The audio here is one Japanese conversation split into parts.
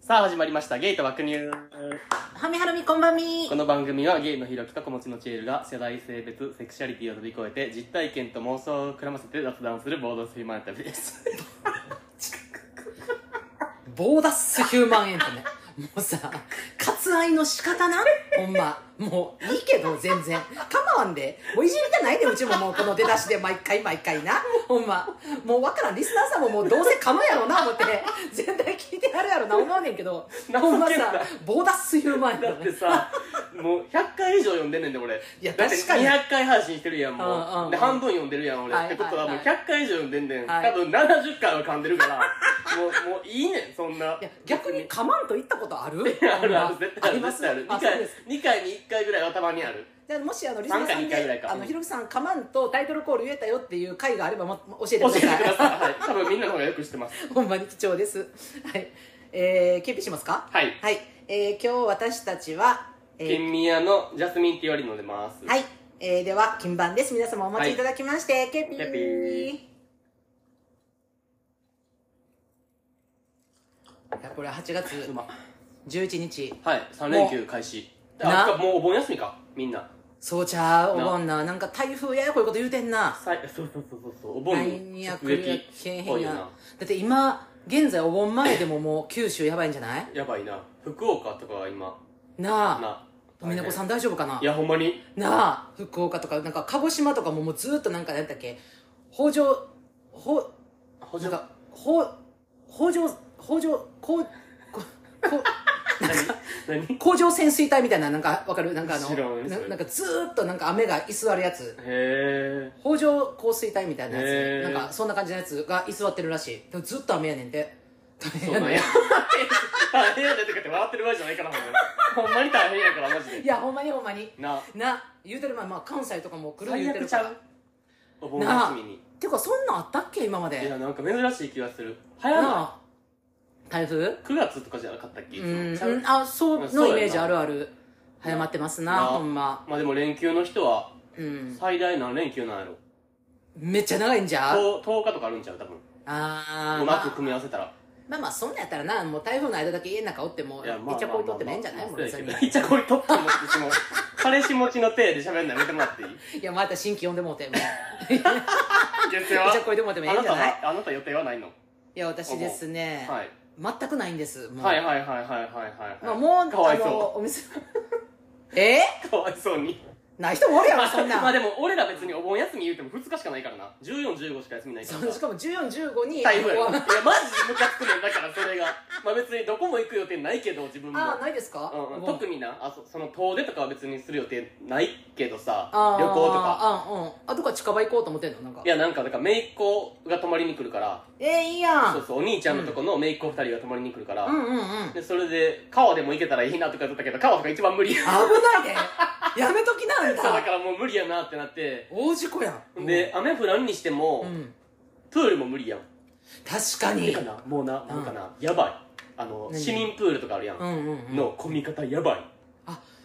さあ始まりましたゲート爆乳はみはるみこんばんみこの番組はゲイのひろきと子持ちのチエルが世代性別セクシャリティを飛び越えて実体験と妄想をくらませて雑談するボードスヒマン旅ですボーダッスヒューマンエンタメもうさ割愛の仕方なほんまもういいけど全然構わんでもういじりたないでうちももうこの出だしで毎回毎回なほんまもうわからんリスナーさんももうどうせかまやろな思って全体聞いてやるやろな思わねんけどほんまなんさだボーダッスヒューマンエン だタっメてさもう100回以上読んでんねんで俺いやだって確かに200回配信してるやんもう,、うんうんうんで半分読んでるやん俺、はいってことはもうはいは100回以上読んでんねん、はい多分70回は噛んでるからもうもういいねんそんないや逆にかまんと言ったことあるあるある絶対あありるま絶す対あるあ2そう回です二回に1回ぐらいはたまにあるじゃあもしあのリスナーさ3ん回2回ぐらいでかあのひろきさんかまんとタイトルコール言えたよっていう回があれ ばも教えて教くえだてくだささいい、はい、多分みんなの方がよく知ってます ほんまに貴重です。はい。えー、キープしますかはいはい。えー、今日私たちは、えー県民屋のジャスミンって言われるのでますはい。えー、では、金番です。皆様お待ちいただきまして、ケピー。ケピーいやこれ8月うま11日はい3連休開始なあそっかもうお盆休みかみんなそうちゃうお盆ななんか台風ややこういうこと言うてんなさいそうそうそうそうそうお盆何にや直くや撃けへ多んいやよだなって今現在お盆前でももう九州やばいんじゃないやばいな福岡とかは今なあなみなこさんん大丈夫かないやほんまになあ福岡とかなんか鹿児島とかももうずっとなんか何だっけ北条ほほなんかほ北条北条こうここ何何工場潜水隊みたいななんかわかるなんかあ知らんのそなれなんかずーっとなんか雨が居座るやつへえ北条降水帯みたいなへーやつなんかそんな感じのやつが居座ってるらしいでもずっと雨やねんて大そ変うやなんねんや大変やでとかって笑ってる場合じゃないからほんまにほんまに大変やからマジいでやほんまにほんまになな言うてる前、まあ、関西とかも来る最言うて悪るちかゃらうお盆休みにていうかそんなんあったっけ今まいでやなんか珍しい気がする早ななあ台風9月とかじゃなかったっけいつうもんちゃううんあそうそうやなのイメージあるある早まってますななほんままあでも連休の人はうん最大何連休なんやろめっちゃ長いんじゃ 10, 10日とかあるんちゃう多分あーうままあく組み合わせたらまあまあそんなんやったらなもう台風の間だけ家の中おってもいやまあいちゃこいとってもええんじゃないまもあんまあ別にまあいちゃこいとって思ってしまう彼氏持ちの手で喋んないやめてもらっていいいやまた新規呼んでもう てもう月曜いちゃこいともでもえあえんなじたゃないはあなた予定はないのいや私ですね、はい全くないんですもう、はいはいはいはいはいはいまあ、もうかわいあそのお店 えうかわいそうにー、ない人もおるやろそんな んまあでも俺ら別にお盆休み言うても2日しかないからな1415しか休みないかそらうしかも1415に台風やあろいやマジでムカつくねんだからそれがまあ別にどこも行く予定ないけど自分もあーないですか、うんうん、も特になあそその遠出とかは別にする予定ないけどさあー旅行とかあーうんあとから近場行こうと思ってんのなんかいやなんかだから姪っ子が泊まりに来るからえー、いいやんそうそうお兄ちゃんのとこの姪っ子2人が泊まりに来るから、うんうんうん危ないでそれで川でも行けたらいいなとか言ってたけど川とか一番無理やでやめときなあ んそうだたからもう無理やなってなって大事故やんで雨降らんにしても、うんプールも無理やん確かてにかなもうなうんなんかな、やばいあの何市民プールとかあるやん、うんうんうんの混み方やばい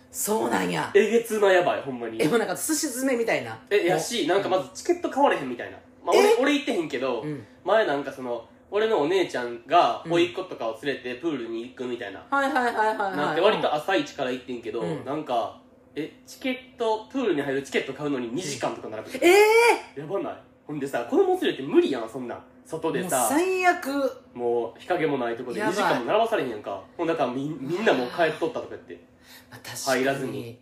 そうなんやえげつなやばいほんまにえもうなんかすし詰めみたいなえやしなんかまずチケット買われへんみたいな、まあ、俺え俺行ってへんけど、うん前なんかその俺のお姉ちゃんがうん甥いっ子とかを連れてプールに行くみたいな、はいはいはいはいはいなんて割と朝一から行ってんけど、うんなんかえチケットプールに入るチケット買うのに2時間とか並ぶてええやばないほんでさ子供連れて無理やんそんなん外でもうさ最悪もう日陰もないとこでやば2い時間も並ばされへんやんかもうだからみみんなもう帰っとったとか言ってまあ確かに入らずにい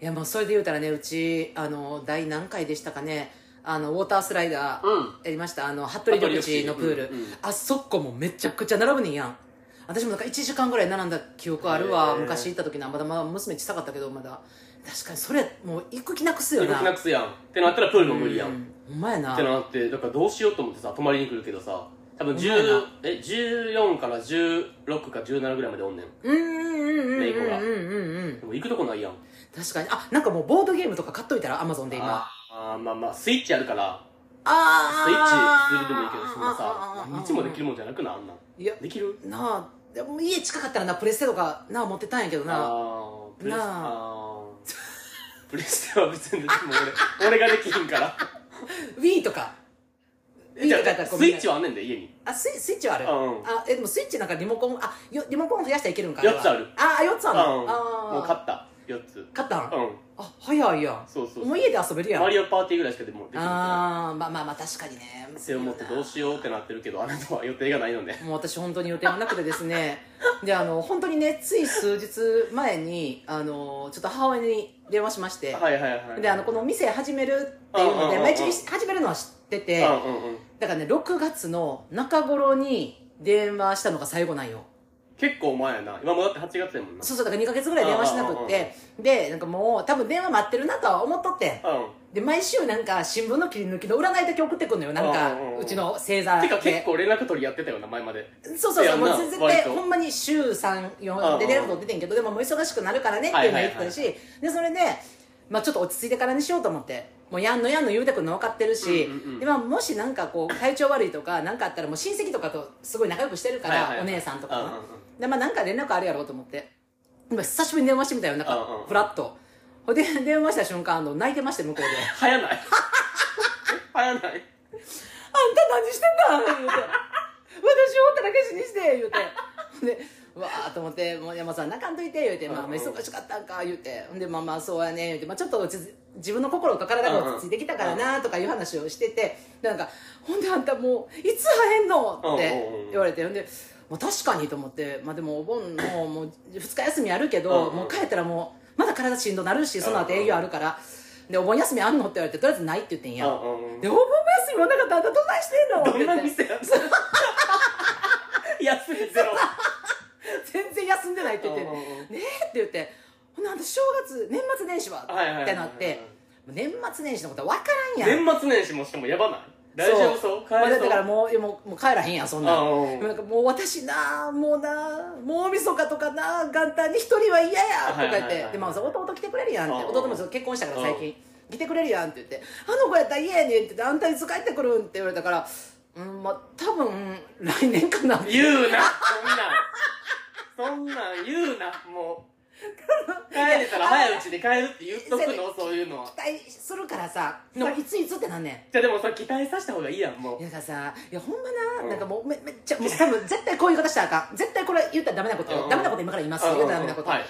やもうそれで言うたらねうちあの第何回でしたかねあのウォータースライダーうんやりましたあの服部緑地のプール、うんうんあそこもめちゃくちゃ並ぶねんやん私もなんか1時間ぐらい並んだ記憶あるへわー昔行った時なまだまだ娘小さかったけどまだ確かにそれもう行く気なくすよ動なきなくすやんってなったらプールも無理やんほんまやなってなってだからどうしようと思ってさ泊まりに来るけどさ多分ほんまや10なえ14から16か17ぐらいまでおんねんうんうんうんうんうんレイコがうんうんでも行くとこないやん確かにあなんかもうボードゲームとか買っといたらアマゾンで今ああーまあまあスイッチあるからスイッああチするでもいいけどそんなさ何日もできるるもんじゃなくないあんなんいやできるなあでも家近かったらなプレステとかなあ持ってたんやけどなあープレスなああ ープレステは別にできんもん俺俺ができひんから Wii とかいいじとゃこやったあらごスめイんッねチはあんねんで家にあスイスイッチはある、うんあえでもスイッチなんかリモコンあよリモコン増やしたらいけるんかれは四つあるああ4つあるの、うんあーもう勝った4つ勝ったん、うんあ早いやんそうそうもう家で遊べるやんマリオパーティーぐらいしかでもできなくないああまあまあまあ確かにね背を持ってどうしようってなってるけどあなたは予定がないのでもう私本当に予定がなくてですねであの本当にねつい数日前にあのちょっと母親に電話しまして、はいはいはいであのこのお店始めるっていうので、うんうんうんうんまあ、一応始めるのは知ってうて、んうんうんだからね6月の中頃に電話したのが最後なんよ結構前やな今もだって8月やもんなそうそうだから2ヶ月ぐらい電話しなくってでなんかもう多分電話待ってるなとは思っとってうで毎週なんか新聞の切り抜きの占いだけ送ってくんのよなんかうんうんうんうちの星座んてかで結構連絡取りやってたよな前までそうそいうそやう、もうな絶割対、とほんまに週3、うんう4んで出ること出てんけど、でももう忙しくなるからねっていうのはいはいはい言ってたし、で、それで、まあちょっと落ち着いてからにしようと思って、もうやんのやんの言うてくるの分かってるしうんうんうん、で、まあもしなんかこう、体調悪いとか、なんかあったらもう親戚とかとすごい仲良くしてるかはいら、はいお姉さんとかうんうんのうん。で、まあなんか連絡あるやろうと思って、今久しぶりに電話してみたよ、なんうんうかん、ふらっと。ほいで、電話した瞬間、あの、泣いてまして、向こうで。早ない 早ないあんた何してたん言うて私をほったらけしにして言うて でうわーと思って「もう山さん泣かんといて」言うて「まあうんうん忙しかったんか」言うてほんで「まあまあそうやね」言うて、まあ、ちょっと落ち着自分の心と体が落ち着いてきたからなとかいう話をしててでなんか「ほんであんたもういつ会えんの?」ってうんうんうん言われてほんで「まあ、確かに」と思って「まあ、でもお盆ももう2日休みあるけど、うんうんもう帰ったらもうまだ体しんどなるしその後営業あるから、でお盆休みあんの?」って言われて「とりあえずない」って言ってんや。うんうんうんで、お盆休みもなかったあんたどないしてんのどんなって店やん 安いゼロ言って全然休んでないって言ってうんうんうん「ねえ」って言って「ほなあんた正月年末年始は?」はいはいはいはいってなって年末年始のことは分からんやん年末年始もしてもやばない大丈夫そう帰まあれだそかうらもうもうもう帰らへんやんそんなうんんうんうんでもなんかもう私なもうなもう大晦日とかな元旦に一人は嫌やとかはい言っはいはいはていでまあそう弟来てくれるやんってうんうん弟もちょっと結婚したから最う近来てくれるやんって言って「あの子やったら嫌やねん」って言って「あんたいつ帰ってくるん?」って言われたから「うんまあ多分来年かな」って言うなそんなんそんなん言うな もう帰れたら早いうちに帰るって言っとくのそういうのは期待するからさでもいついつってなんねんじゃあでもさ期待させた方がいいやんもういやだからさいやほんまな、うんなんかもうめめっちゃもう多分絶対こういう言い方したらあかん絶対これ言ったらダメなことよ、うんダメなこと今から言いますうんようん言ったらダメなこと、はい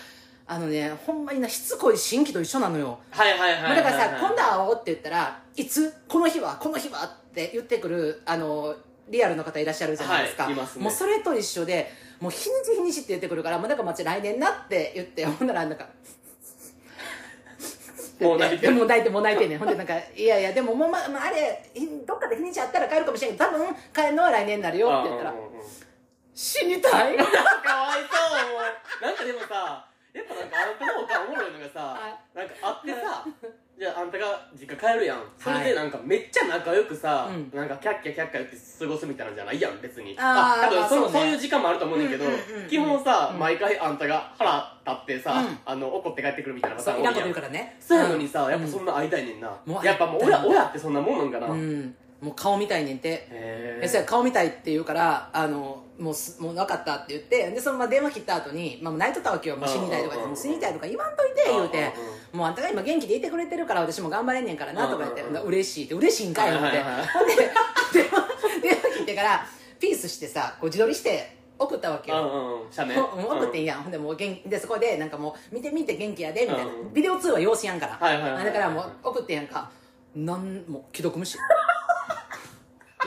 あのねほんまになしつこい新規と一緒なのよ、はいはいまはあいだからさ、今今度会おうって言ったらいつこの日はこの日はって言ってくるあのリアルの方いらっしゃるじゃないですか、はいいますねもうそれと一緒でもう日にち日にちって言ってくるからもうだから待ち来年なって言ってほんならなんかもう泣いてでる もう泣いてもう泣いてんねんほんでなんかいやいやでももう、ままあ、あれひどっかで日にちあったら帰るかもしれんけど多分帰るのは来年になるよって言ったらうんうんうん死にたいなんかかわいそうもうなんかでもさやっぱなんかあんたのおかんおもろいのがさはなんかあってさじゃああんたが実家帰るやんそれはいでなんかめっちゃ仲良くさ、うんなんかキャッキャキャッキャ言って過ごすみたいなんじゃないやん別にあー多分そのまあそうそうねいう時間もあると思うねんだけど、うんうんうんうん基本さ、うん毎回あんたが腹立ってさ、うんあの怒って帰ってくるみたいなパタそーうンい多いらやんんこと言うからねそうやのにさ、うんやっぱそんな会いたいねんな、もうやっぱもう会いた親い親ってそんなもんなんかな、うへんもう顔見たいねんてええそうや顔見たいって言うからあのもうすもう分かったって言ってでそのまま電話切った後に、まあ、もう泣いとったわけよもう死にたいとか言っうんうんうんうんてもう死にたいとか言わんといて言ううんてうんもうあんたが今元気でいてくれてるから私も頑張れんねんからなとか言ってうんうんうん嬉しいって嬉しいんかい言うてはいはいはいほんで電話電話切ってからピースしてさこう自撮りして送ったわけうよんうんうん写メほん送っていんやん、ほんでもう元気でそこでなんかもう見て見て元気やでみたいな、うんうんビデオ通話用紙やんから、はいはいはいはいあだからもう送ってんやんかなんもう既読無視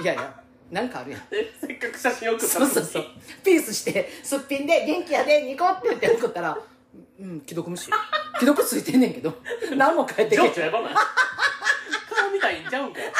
いやいやなんかあるやんえせっかく写真送ったそうのにそうそうピースしてすっぴんで元気やでニコって言って送ったらうん既読無視既読ついてんねんけど何も返ってけ情へん緒やばない顔みたいにちゃうんかよ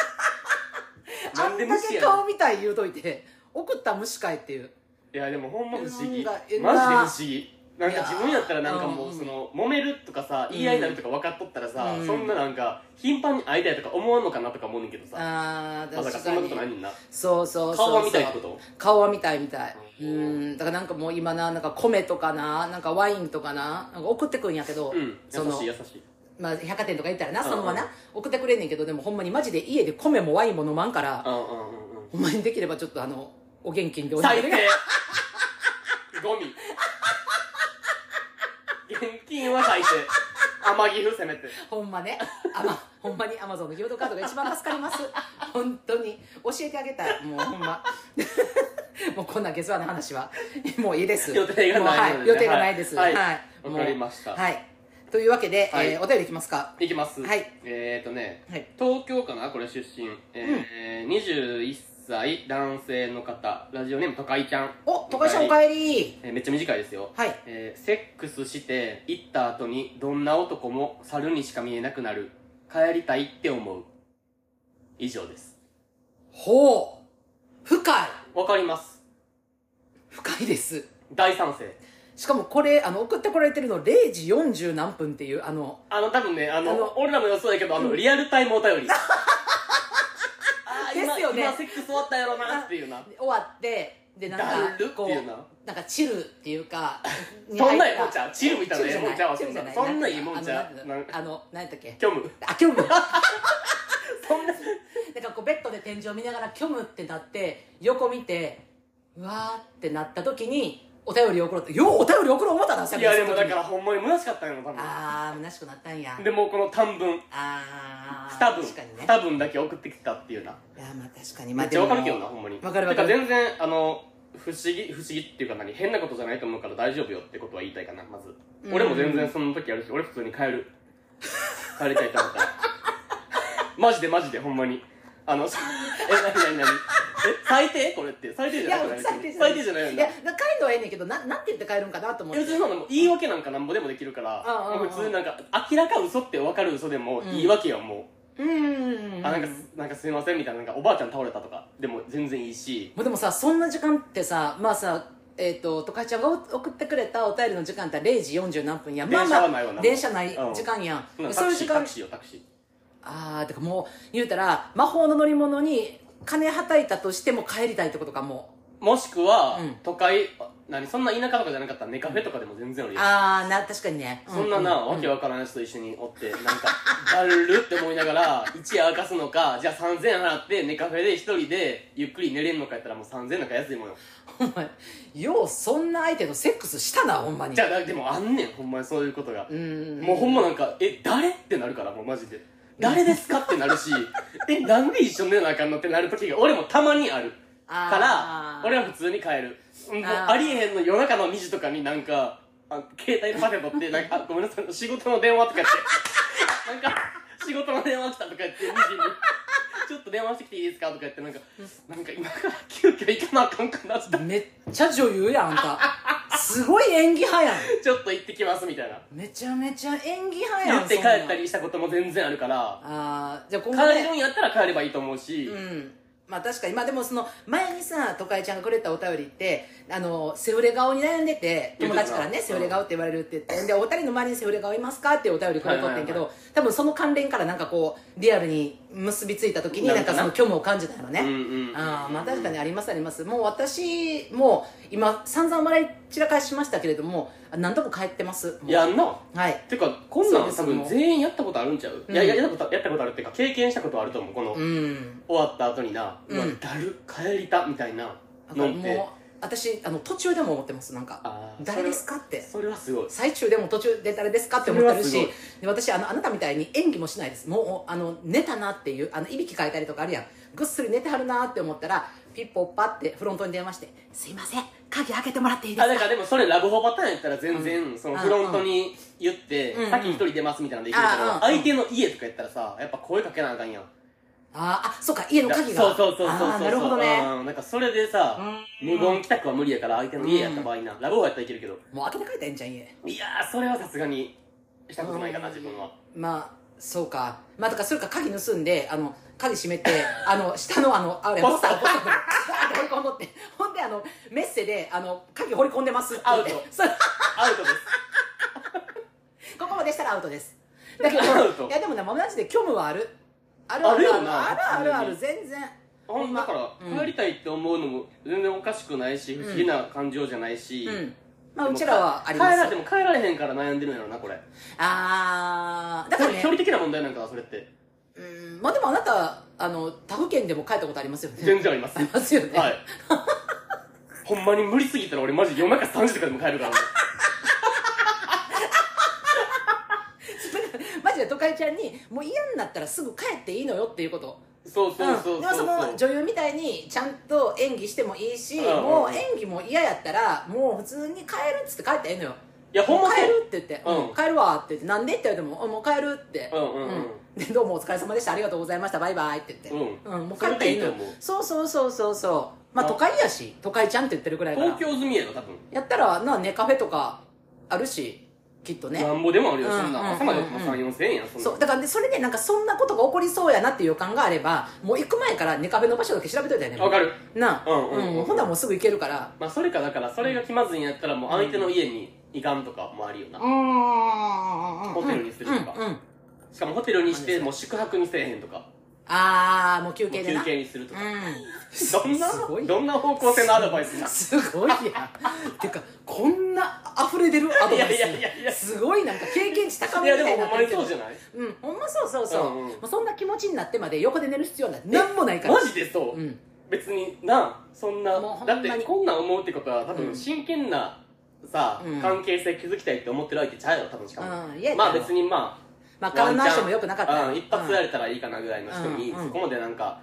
あなんんでだ無視けやねん顔みたい言うといて送ったら無視かいっていういやでもほんま不思議なんマかジで不思議なえなんか自分やったらなんかいもやうーその揉めるとかさ言い合いになるとか分かっとったらさうんそんななんか頻繁に会いたいとか思わんのかなとか思うねんけどさあーまさか確そかんなにことないねんなそうそうそうそう顔は見たいってこと顔は見たいみたいうんうんだからなんかもう今ななんか米とかななんかワインとかななんか送ってくんやけど、うんそ優のしい優しいまあ、百貨店とか行ったらなうんそのままな、送ってくれんねんけどでもほんまにマジで家で米もワインも飲まんから、うんうんうんほんまにできればちょっとあのお現金でうおん願最い低ゴミ現金は最低天城府せめてほんまね。あま、ほんまにアマゾンのギフトカードが一番助かります。本当に。教えてあげたい。もうほんま。 もうこんなゲス話の話は、もういいです。予定がないのもうでねは予定がないです。ははいい。はいもうわかりましたはい。というわけで、はいえーお便りいきますか。いきますはいえっ、ー、とねはい。東京かなこれ出身えー21歳男性の方ラジオネームとかいちゃん、お、トカちゃんおかえり。えーめっちゃ短いですよはい。えーセックスして行った後にどんな男も猿にしか見えなくなる帰りたいって思う以上ですほう。深い。わかります深いです。大賛成しかもこれ、あの、送ってこられてるの0時40何分っていう、あの、あの多分ねあのあの俺らも予想やけどあの、リアルタイムお 便りあー今ですよね今セックス終わったやろなっていうな終わってでなんだるかっこていうなうなんかチルっていう かそんなんいいもんちゃうチルみたいなええもんちゃうわチルじゃないそんなんいいもんちゃうあのなんなんかかあの何やったっけ虚無あ 虚無そんななんかこうベッドで天井見ながら虚無ってなって横見てうわーってなった時にお便り送ろうってようお便り送ろう思ったなさっいきやでもだかあらほんまに虚しかったんやろ多分あー虚しくなったんやでもうこの短文ああ二文確かにね二文だけ送ってきたっていうないやまあ確かにめまあっちゃわかるけどなほんまにわかるわかるて全然あの不思議不思議っていうか何変なことじゃないと思うから大丈夫よってことは言いたいかなまずうん俺も全然その時あるし俺普通に帰る帰りたいと思ったら マジでマジでほんまにあのそ え何何何え最低これって最低じいゃやない最低じゃない最低じゃないよいなやだから帰るのはええねんけどななんて言って帰るんかなと思っいやて別にそんなの言い訳なんかなんぼでもできるからうんうんうん普通になんか明らか嘘って分かる嘘でもうん言い訳よもうーうんあなんかなんかすいませんみたいななんかおばあちゃん倒れたとかでも全然いいしもうでもさそんな時間ってさまあさえっ、ととかちゃんが送ってくれたお便りの時間って0時40何分やん電車はまあないわまなあ電車ないうん時間やん、そんなタそうクいうシ時ータ間クシーよタクシーああてかもう言うたら魔法の乗り物に金はたいたとしても帰りたいってことかももしくは、うん都会あ何そんな田舎とかじゃなかったらネカフェとかでも全然あるうよああな確かにねそんなな、うわけわからない人と一緒におってなんかだるって思いながら一夜明かすのかじゃあ3000円払ってネカフェで一人でゆっくり寝れんのかやったらもう3000円なんか安いもんよお前 ようそんな相手とセックスしたなほんまにじゃあだでもあんねんほんまにそういうことがう、ーんもうほんまなんかえ誰ってなるからもうマジで誰ですかってなるし えなんで一緒に寝なあかんのってなる時が俺もたまにあるあーから俺は普通に帰るもうああーりえへんの夜中の2時とかになんかあ携帯のパテ取ってなんか あごめんなさい仕事の電話とかってなんか仕事の電話来たとか言って2時にちょっと電話してきていいですかとか言ってなんかなんか今から急遽行かなあかんかなってめっちゃ女優やんあんたすごい演技派やんちょっと行ってきますみたいなめちゃめちゃ演技派や言んって帰っそんたなんりしたことも全然あるからああじゃあ今後帰るねんやったら帰ればいいと思うし、うんまあ確かにまあでもその前にさ都会ちゃんがくれたお便りってあのセフレ顔に悩んでて友達か言らってねたセフレ顔って言われるって言ってでお二人の周りにセフレ顔いますかっていうお便りくれとってんけど、はい多分その関連からなんかこうリアルに結びついた時になんかその虚無を感じたのね、うんうんうんああまあ確かにありますありますもう私も今散々笑い散らかしましたけれどもあ何度も帰ってますもうやんなはいてかこんなそうんです多分もう全員やったことあるんちゃう、うんいやいややったことやったことあるっていうか経験したことあると思うこの、うん終わった後にな、ううんわだる帰りたみたいなだかのらってもう私あの途中でも思ってますなんかあー誰ですかってそれはそれはす最中でも途中で誰ですかって思ってるそれはしすごで私あのあなたみたいに演技もしないですもうあの寝たなっていうあのいびきかいたりとかあるやんぐっすり寝てはるなって思ったらピッポッパってフロントに電話して「すいません鍵開けてもらっていいごいであすだか?からでもそれラブホパターンやったら全然、うんそのフロントに言って、うん先一人出ますみたいなのできるけど、うんうん相手の家とかやったらさやっぱ声かけなあかんやんあー」あそうか家の鍵がそうそうそうそうそうあーなるほどねうんなんかそれでさ、うん無言帰宅は無理やから相手の家やった場合な、ラブホやったらいけるけどもう開けて帰ったらいいんじゃん家いやーそれはさすがにしたことないかな自分はまあそうかまあだからそれか鍵盗んであの鍵閉 めてあの下のあのあれポポススタターーポスタ ーガーッて掘り込んどってほんであのメッセであの鍵掘り込んでますって言ってアウトそうアウトですここまでしたらアウ トですだけどアウトいやでもねマジで虚無はあるあるああるるよなあるあるある普全然あほんだからうん帰りたいって思うのも全然おかしくないし不思議な感情じゃないし、うんまあうちらはあり帰まられすても帰られへんから悩んでるんやろなこれあーだから距離ね的な問題なんかなそれってうんまあでもあなたあの他府県でも帰ったことありますよね全然あります ありますよ ね、はいほんまに無理すぎたら俺マジ夜中3時とかでも帰るからねそれで都会ちゃんにもう嫌になったらすぐ帰っていいのよっていうことそうそうそうそう、ん、でもその女優みたいにちゃんと演技してもいいし、うんもう演技も嫌やったらもう普通に帰るっつって帰ったらええのよいやほんもうま帰そうるって言って、うんうん帰るわって言ってなんでって言われてもうんもう帰るって、うんうんうんでどうもお疲れ様でしたありがとうございましたバイバイって言って、うんもう帰っていいのよそれでいいと思うそうそうそうそうそうまああ都会やし都会ちゃんって言ってるくらいから東京住みやろ多分やったらなネカフェとかあるしきっとねなんぼでもあるよ、うんそんうんな朝まで34000円やんそんなそうだから、ね、それでなんかそんなことが起こりそうやなっていう予感があればもう行く前からネカフェの場所だけ調べといたよねわかるなあ、うんうんうんほんならもうすぐ行けるからまあそれかだからそれが気まずいんやったらもう相手の家に行かんとかもあるよな、んホテルにするとかうんうん、しかもホテルにしてもう宿泊にせえへんとかああもう休もう憩でな休憩にするとか、うどんんなすごいどんな方向性のアドバイスなすごいや てかこんな溢れ出るアドバイスいやいやいやいやすごいなんか経験値高いめやみでたいもになほんっまにてるけそどうじゃないうんほんまそうそうそう、うんうんもうそんな気持ちになってまで横で寝る必要なんて何もないからマジでそう、うん別になそんなもうほんまだっにてこんなん思うってことは多う分ん真剣なさ、うん関係性築きたいって思ってるわけちゃうよ多分しかも、うんいやまあ別にままああ体のしてもよくなかったようん、一発やれたらいいかなぐらいの人に、うんうんそこまでなんか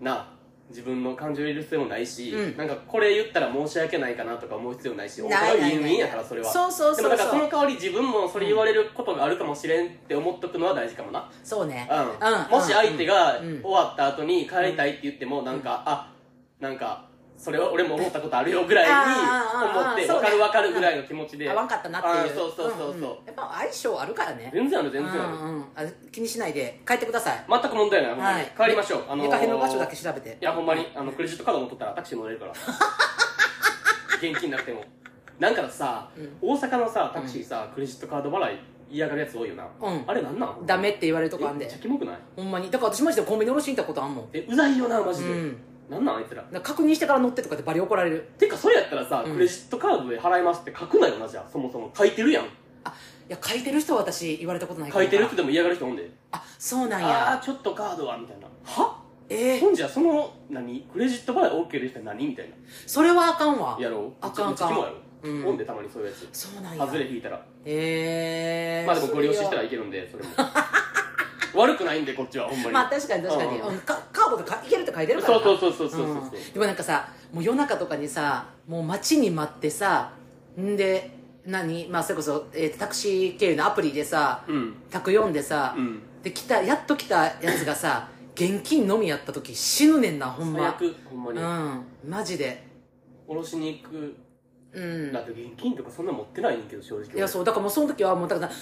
な自分の感情を入れる必要もないし、うんなんかこれ言ったら申し訳ないかなとか思う必要ないしないないないお互い言うんやからそれはそうそうそうそでうもだからその代わり自分もそれ言われることがあるかもしれんって思っとくのは大事かもな、そうねうんもし相手がう終んわった後に帰りたいって言ってもなんか、あなんかそれは俺も思ったことあるよぐらいにあーあーあー思ってそう分ねかる分かるぐらいの気持ちで合わんかったなっていうあーそうそうそうそう、んんやっぱ相性あるからね全然ある全然ある、うんうんあ気にしないで帰ってください全く問題ないほんまに、はい帰りましょうあのーネカフェの場所だけ調べていやほんまにあのクレジットカードも取ったらタクシー乗れ るから現金なくてもなんかさ、うん大阪のさタクシーさ、クレジットカード払い嫌がるやつ多いよな、うんあれなんなんダメって言われるとこあんえめでっちゃキモくないほんまにだから私マジでコンビニおろしに行ったことあんもんえうざいよなマうジで、んなんなんあいつらだから確認してから乗ってとかってバリ怒られるてかそれやったらさ、うんクレジットカードで払いますって書くなよなじゃあそもそも書いてるやんいや書いてる人は私言われたことないか書らいてる人でも嫌がる人おんであそうなんあやあーちょっとカードはみたいなはえーほんじゃその何クレジット払い OK でしたら何みたいなそれはあかんわやろうあかんあかんめっちゃキモやろ、うんおんでたまにそういうやつそうなんや外れ引いたらえーまあでもご利用ししたらいいいけるんでそれ も悪くないんでこっちはほんまに、まあ確かに確かに、うんうんうんかカードでかいけるって書いてるからそなうそうそうそうそうそうそう、うんでもなんかさもう夜中とかにさもう待ちに待ってさんで何まあそれこそ、えータクシー経由のアプリでさうん宅読んでさ、うんで来たやっと来たやつが さ現金のみやった時死ぬねんなほん最ま悪ほんまに、うんマジでおろしに行くうんだって現金とかそんな持ってないねんけど正直いやそうだからもうその時はもうだから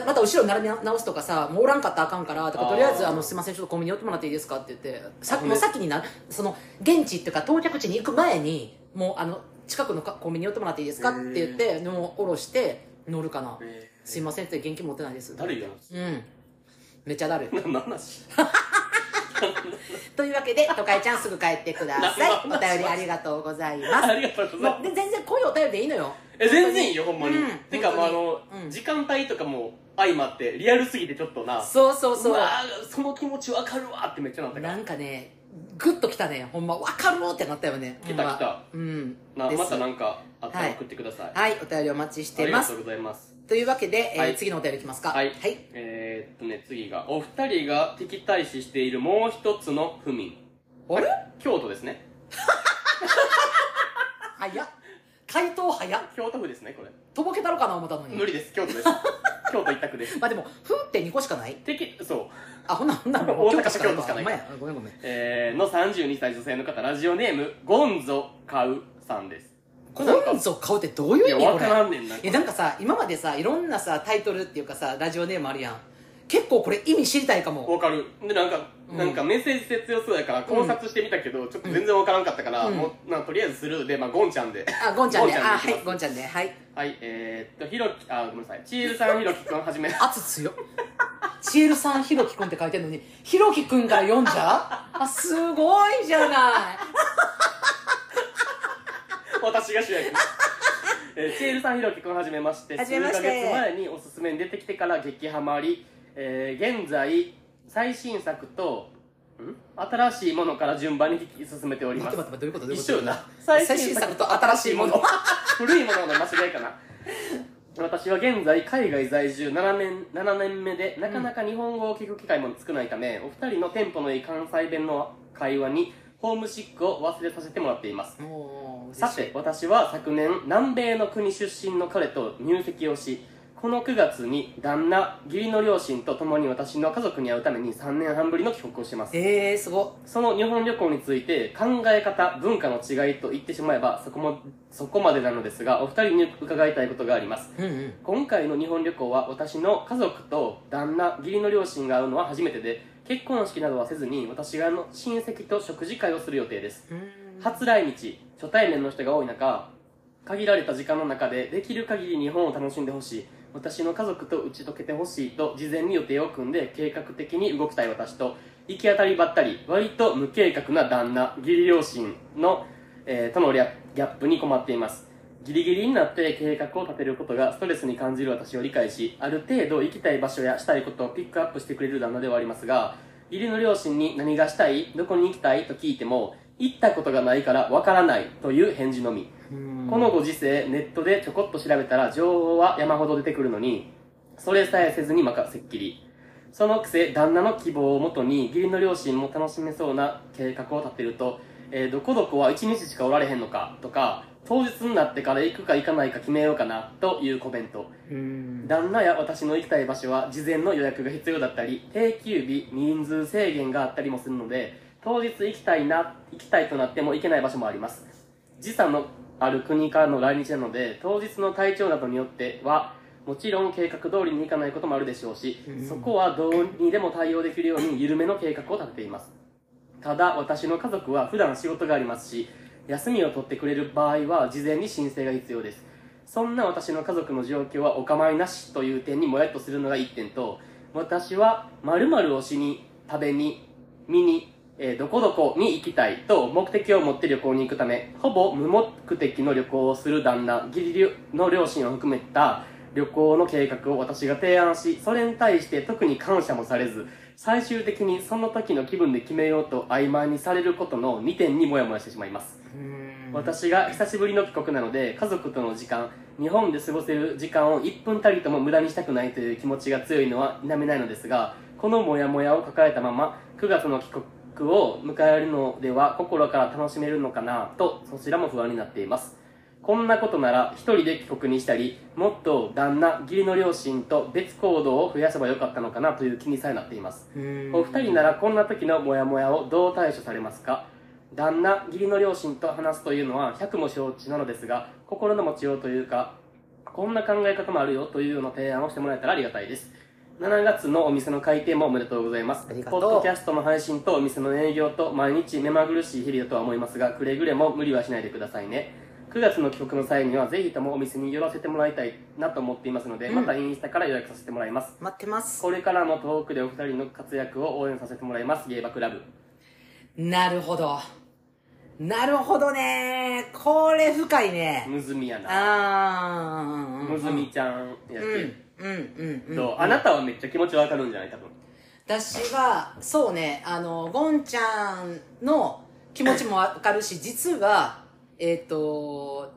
だまた後ろ並び直すとかさもうおらんかったらあかんからだからあーとりあえずあのすいませんちょっとコンビニ寄ってもらっていいですかって言ってさあほんもでう先になその現地っていうか到着地に行く前にもうあの近くのかコンビニ寄ってもらっていいですかって言ってでもう降ろして乗るかなえーすいませんって現金持ってないですだるいようんめっちゃだるいな何の話というわけで都会ちゃんすぐ帰ってくだ さいお便りありがとうございますありがとうございもますうで全然こういうお便りでいいのよえ全然いいよほんまに、うんてか本当にまああの、うん時間帯とかも相まってリアルすぎてちょっとなそうそうそううわーその気持ちわかるわってめっちゃなったからなんかねグッときたねほんまわかるーってなったよね来たほんま来たうんなですまたなんかあったはらい送ってください、はいお便りお待ちしあてりまがすとうございますというわけで、えーはい次のお便りいきますかはい、はい、えー、っとね次がお二人が敵対視しているもう一つの不眠あれ京都ですね早っ回答早っ京都府ですねこれとぼけたろかな思ったのに無理です京都です 京都一択ですまあでも「ふ」って2個しかない敵そうあほんなほんならもう大阪京都しかない京都しかないほんまやごめんごめんえー、の32歳女性の方ラジオネームゴンゾカウさんですこれなんかゴンゾ買うってどういうい意や味こわれからんねんなえなんかさ今までさいろんなさタイトルっていうかさラジオネームあるやん結構これ意味知りたいかもわかるでなんか、うんなんかメッセージ性強そうやから考察してみたけど、ちょっと全然わからんかったから、うんもうなんかとりあえずスルーで、まあ、ゴンちゃんであゴンちゃんゴでンちゃんであいきますはいゴンちゃんではいはいえー、っとひろきあごめんなさいちーるさんひろきくんはじめ圧強っちえるさんひろきくんって書いてるのにひろきくんから読んじゃうあすごいじゃない 私が主役えー、ちーるさんひろきくんはじめましてはじめまして数ヶ月前におすすめに出てきてから激ハマり、えー、現在最新作とん新しいものから順番に聞き進めており待っますて待って待ってどういうことどういうこと一緒よな 最新作と新しいもの古いものの間違いかな私は現在海外在住7年 ,7 年目でなかなか日本語を聞く機会も少ないため、お二人のテンポのいい関西弁の会話にホームシックを忘れさせてもらっていますもうさて私は昨年南米の国出身の彼と入籍をしこの9月に旦那義理の両親と共に私の家族に会うために3年半ぶりの帰国をしますえー、すごっその日本旅行について考え方文化の違いと言ってしまえばそこもそこまでなのですがお二人に伺いたいことがありますうんうん今回の日本旅行は私の家族と旦那義理の両親が会うのは初めてで結婚式などはせずに私がの親戚と食事会をする予定です初来日初対面の人が多い中限られた時間の中でできる限り日本を楽しんでほしい私の家族と打ち解けてほしいと事前に予定を組んで計画的に動きたい私と行き当たりばったり割と無計画な旦那義理両親の、えーとのギャギャップに困っていますギリギリになって計画を立てることがストレスに感じる私を理解しある程度行きたい場所やしたいことをピックアップしてくれる旦那ではありますが義理の両親に何がしたいどこに行きたいと聞いても行ったことがないからわからないという返事のみうんこのご時世ネットでちょこっと調べたら情報は山ほど出てくるのにそれさえせずに任せっきりそのくせ旦那の希望をもとに義理の両親も楽しめそうな計画を立てると、えーどこどこは1日しかおられへんのかとか当日になってから行くか行かないか決めようかなというコメントうん旦那や私の行きたい場所は事前の予約が必要だったり定休日人数制限があったりもするので当日行きたいな行きたいとなっても行けない場所もあります時差のある国からの来日なので当日の体調などによってはもちろん計画通りに行かないこともあるでしょうし、うんそこはどうにでも対応できるように緩めの計画を立てていますただ私の家族は普段仕事がありますし休みを取ってくれる場合は事前に申請が必要ですそんな私の家族の状況はお構いなしという点にもやっとするのが1点と私は〇〇をしに食べに見に、えーどこどこに行きたいと目的を持って旅行に行くためほぼ無目的の旅行をする旦那義理の両親を含めた旅行の計画を私が提案しそれに対して特に感謝もされず最終的にその時の気分で決めようと曖昧にされることの2点にモヤモヤしてしまいますうん私が久しぶりの帰国なので家族との時間日本で過ごせる時間を1分たりとも無駄にしたくないという気持ちが強いのは否めないのですがこのモヤモヤを抱えたまま9月の帰国を迎えるのでは心から楽しめるのかなとそちらも不安になっていますこんなことなら一人で帰国にしたりもっと旦那義理の両親と別行動を増やせばよかったのかなという気にさえなっていますうんお二人ならこんな時のモヤモヤをどう対処されますか旦那義理の両親と話すというのは100も承知なのですが心の持ちようというかこんな考え方もあるよというような提案をしてもらえたらありがたいです7月のお店の開店もおめでとうございますありがとポうッドキャストの配信とお店の営業と毎日目まぐるしい日々だとは思いますがくれぐれも無理はしないでくださいね9月の帰国の際にはぜひともお店に寄らせてもらいたいなと思っていますので、うんまたインスタから予約させてもらいます待ってますこれからもトークでお二人の活躍を応援させてもらいます。ゲイバクラブ。なるほどなるほどねこれ深いねむずみやな。あーうんうんうんむずみちゃんやうけ、んうんうんうんど、あなたはめっちゃ気持ちわかるんじゃない多分。私はそうねあのゴンちゃんの気持ちもわか るし実はえっ、と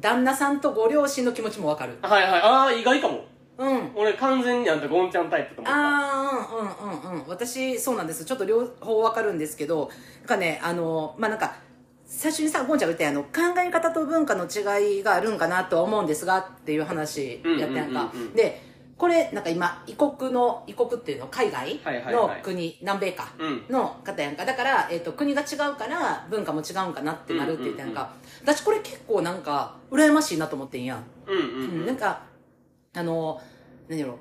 旦那さんとご両親の気持ちもわかるはいはい。ああ、意外かも。うん俺完全にあんたゴンちゃんタイプと思った。ああうんうんうんうん私そうなんですちょっと両方わかるんですけどなんかねあのまあなんか最初にさゴンちゃんが言ったようにあの考え方と文化の違いがあるんかなとは思うんですがっていう話やってなんか、うんうんうんうんでこれなんか今異国の異国っていうの海外はいはいのはい国、南米か、うん。の方やんかだから、えっと国が違うから文化も違うんかなってなるって言ったやんか、私これ結構なんか羨ましいなと思ってんやん、うんうんうんうん。なんかあの何やろ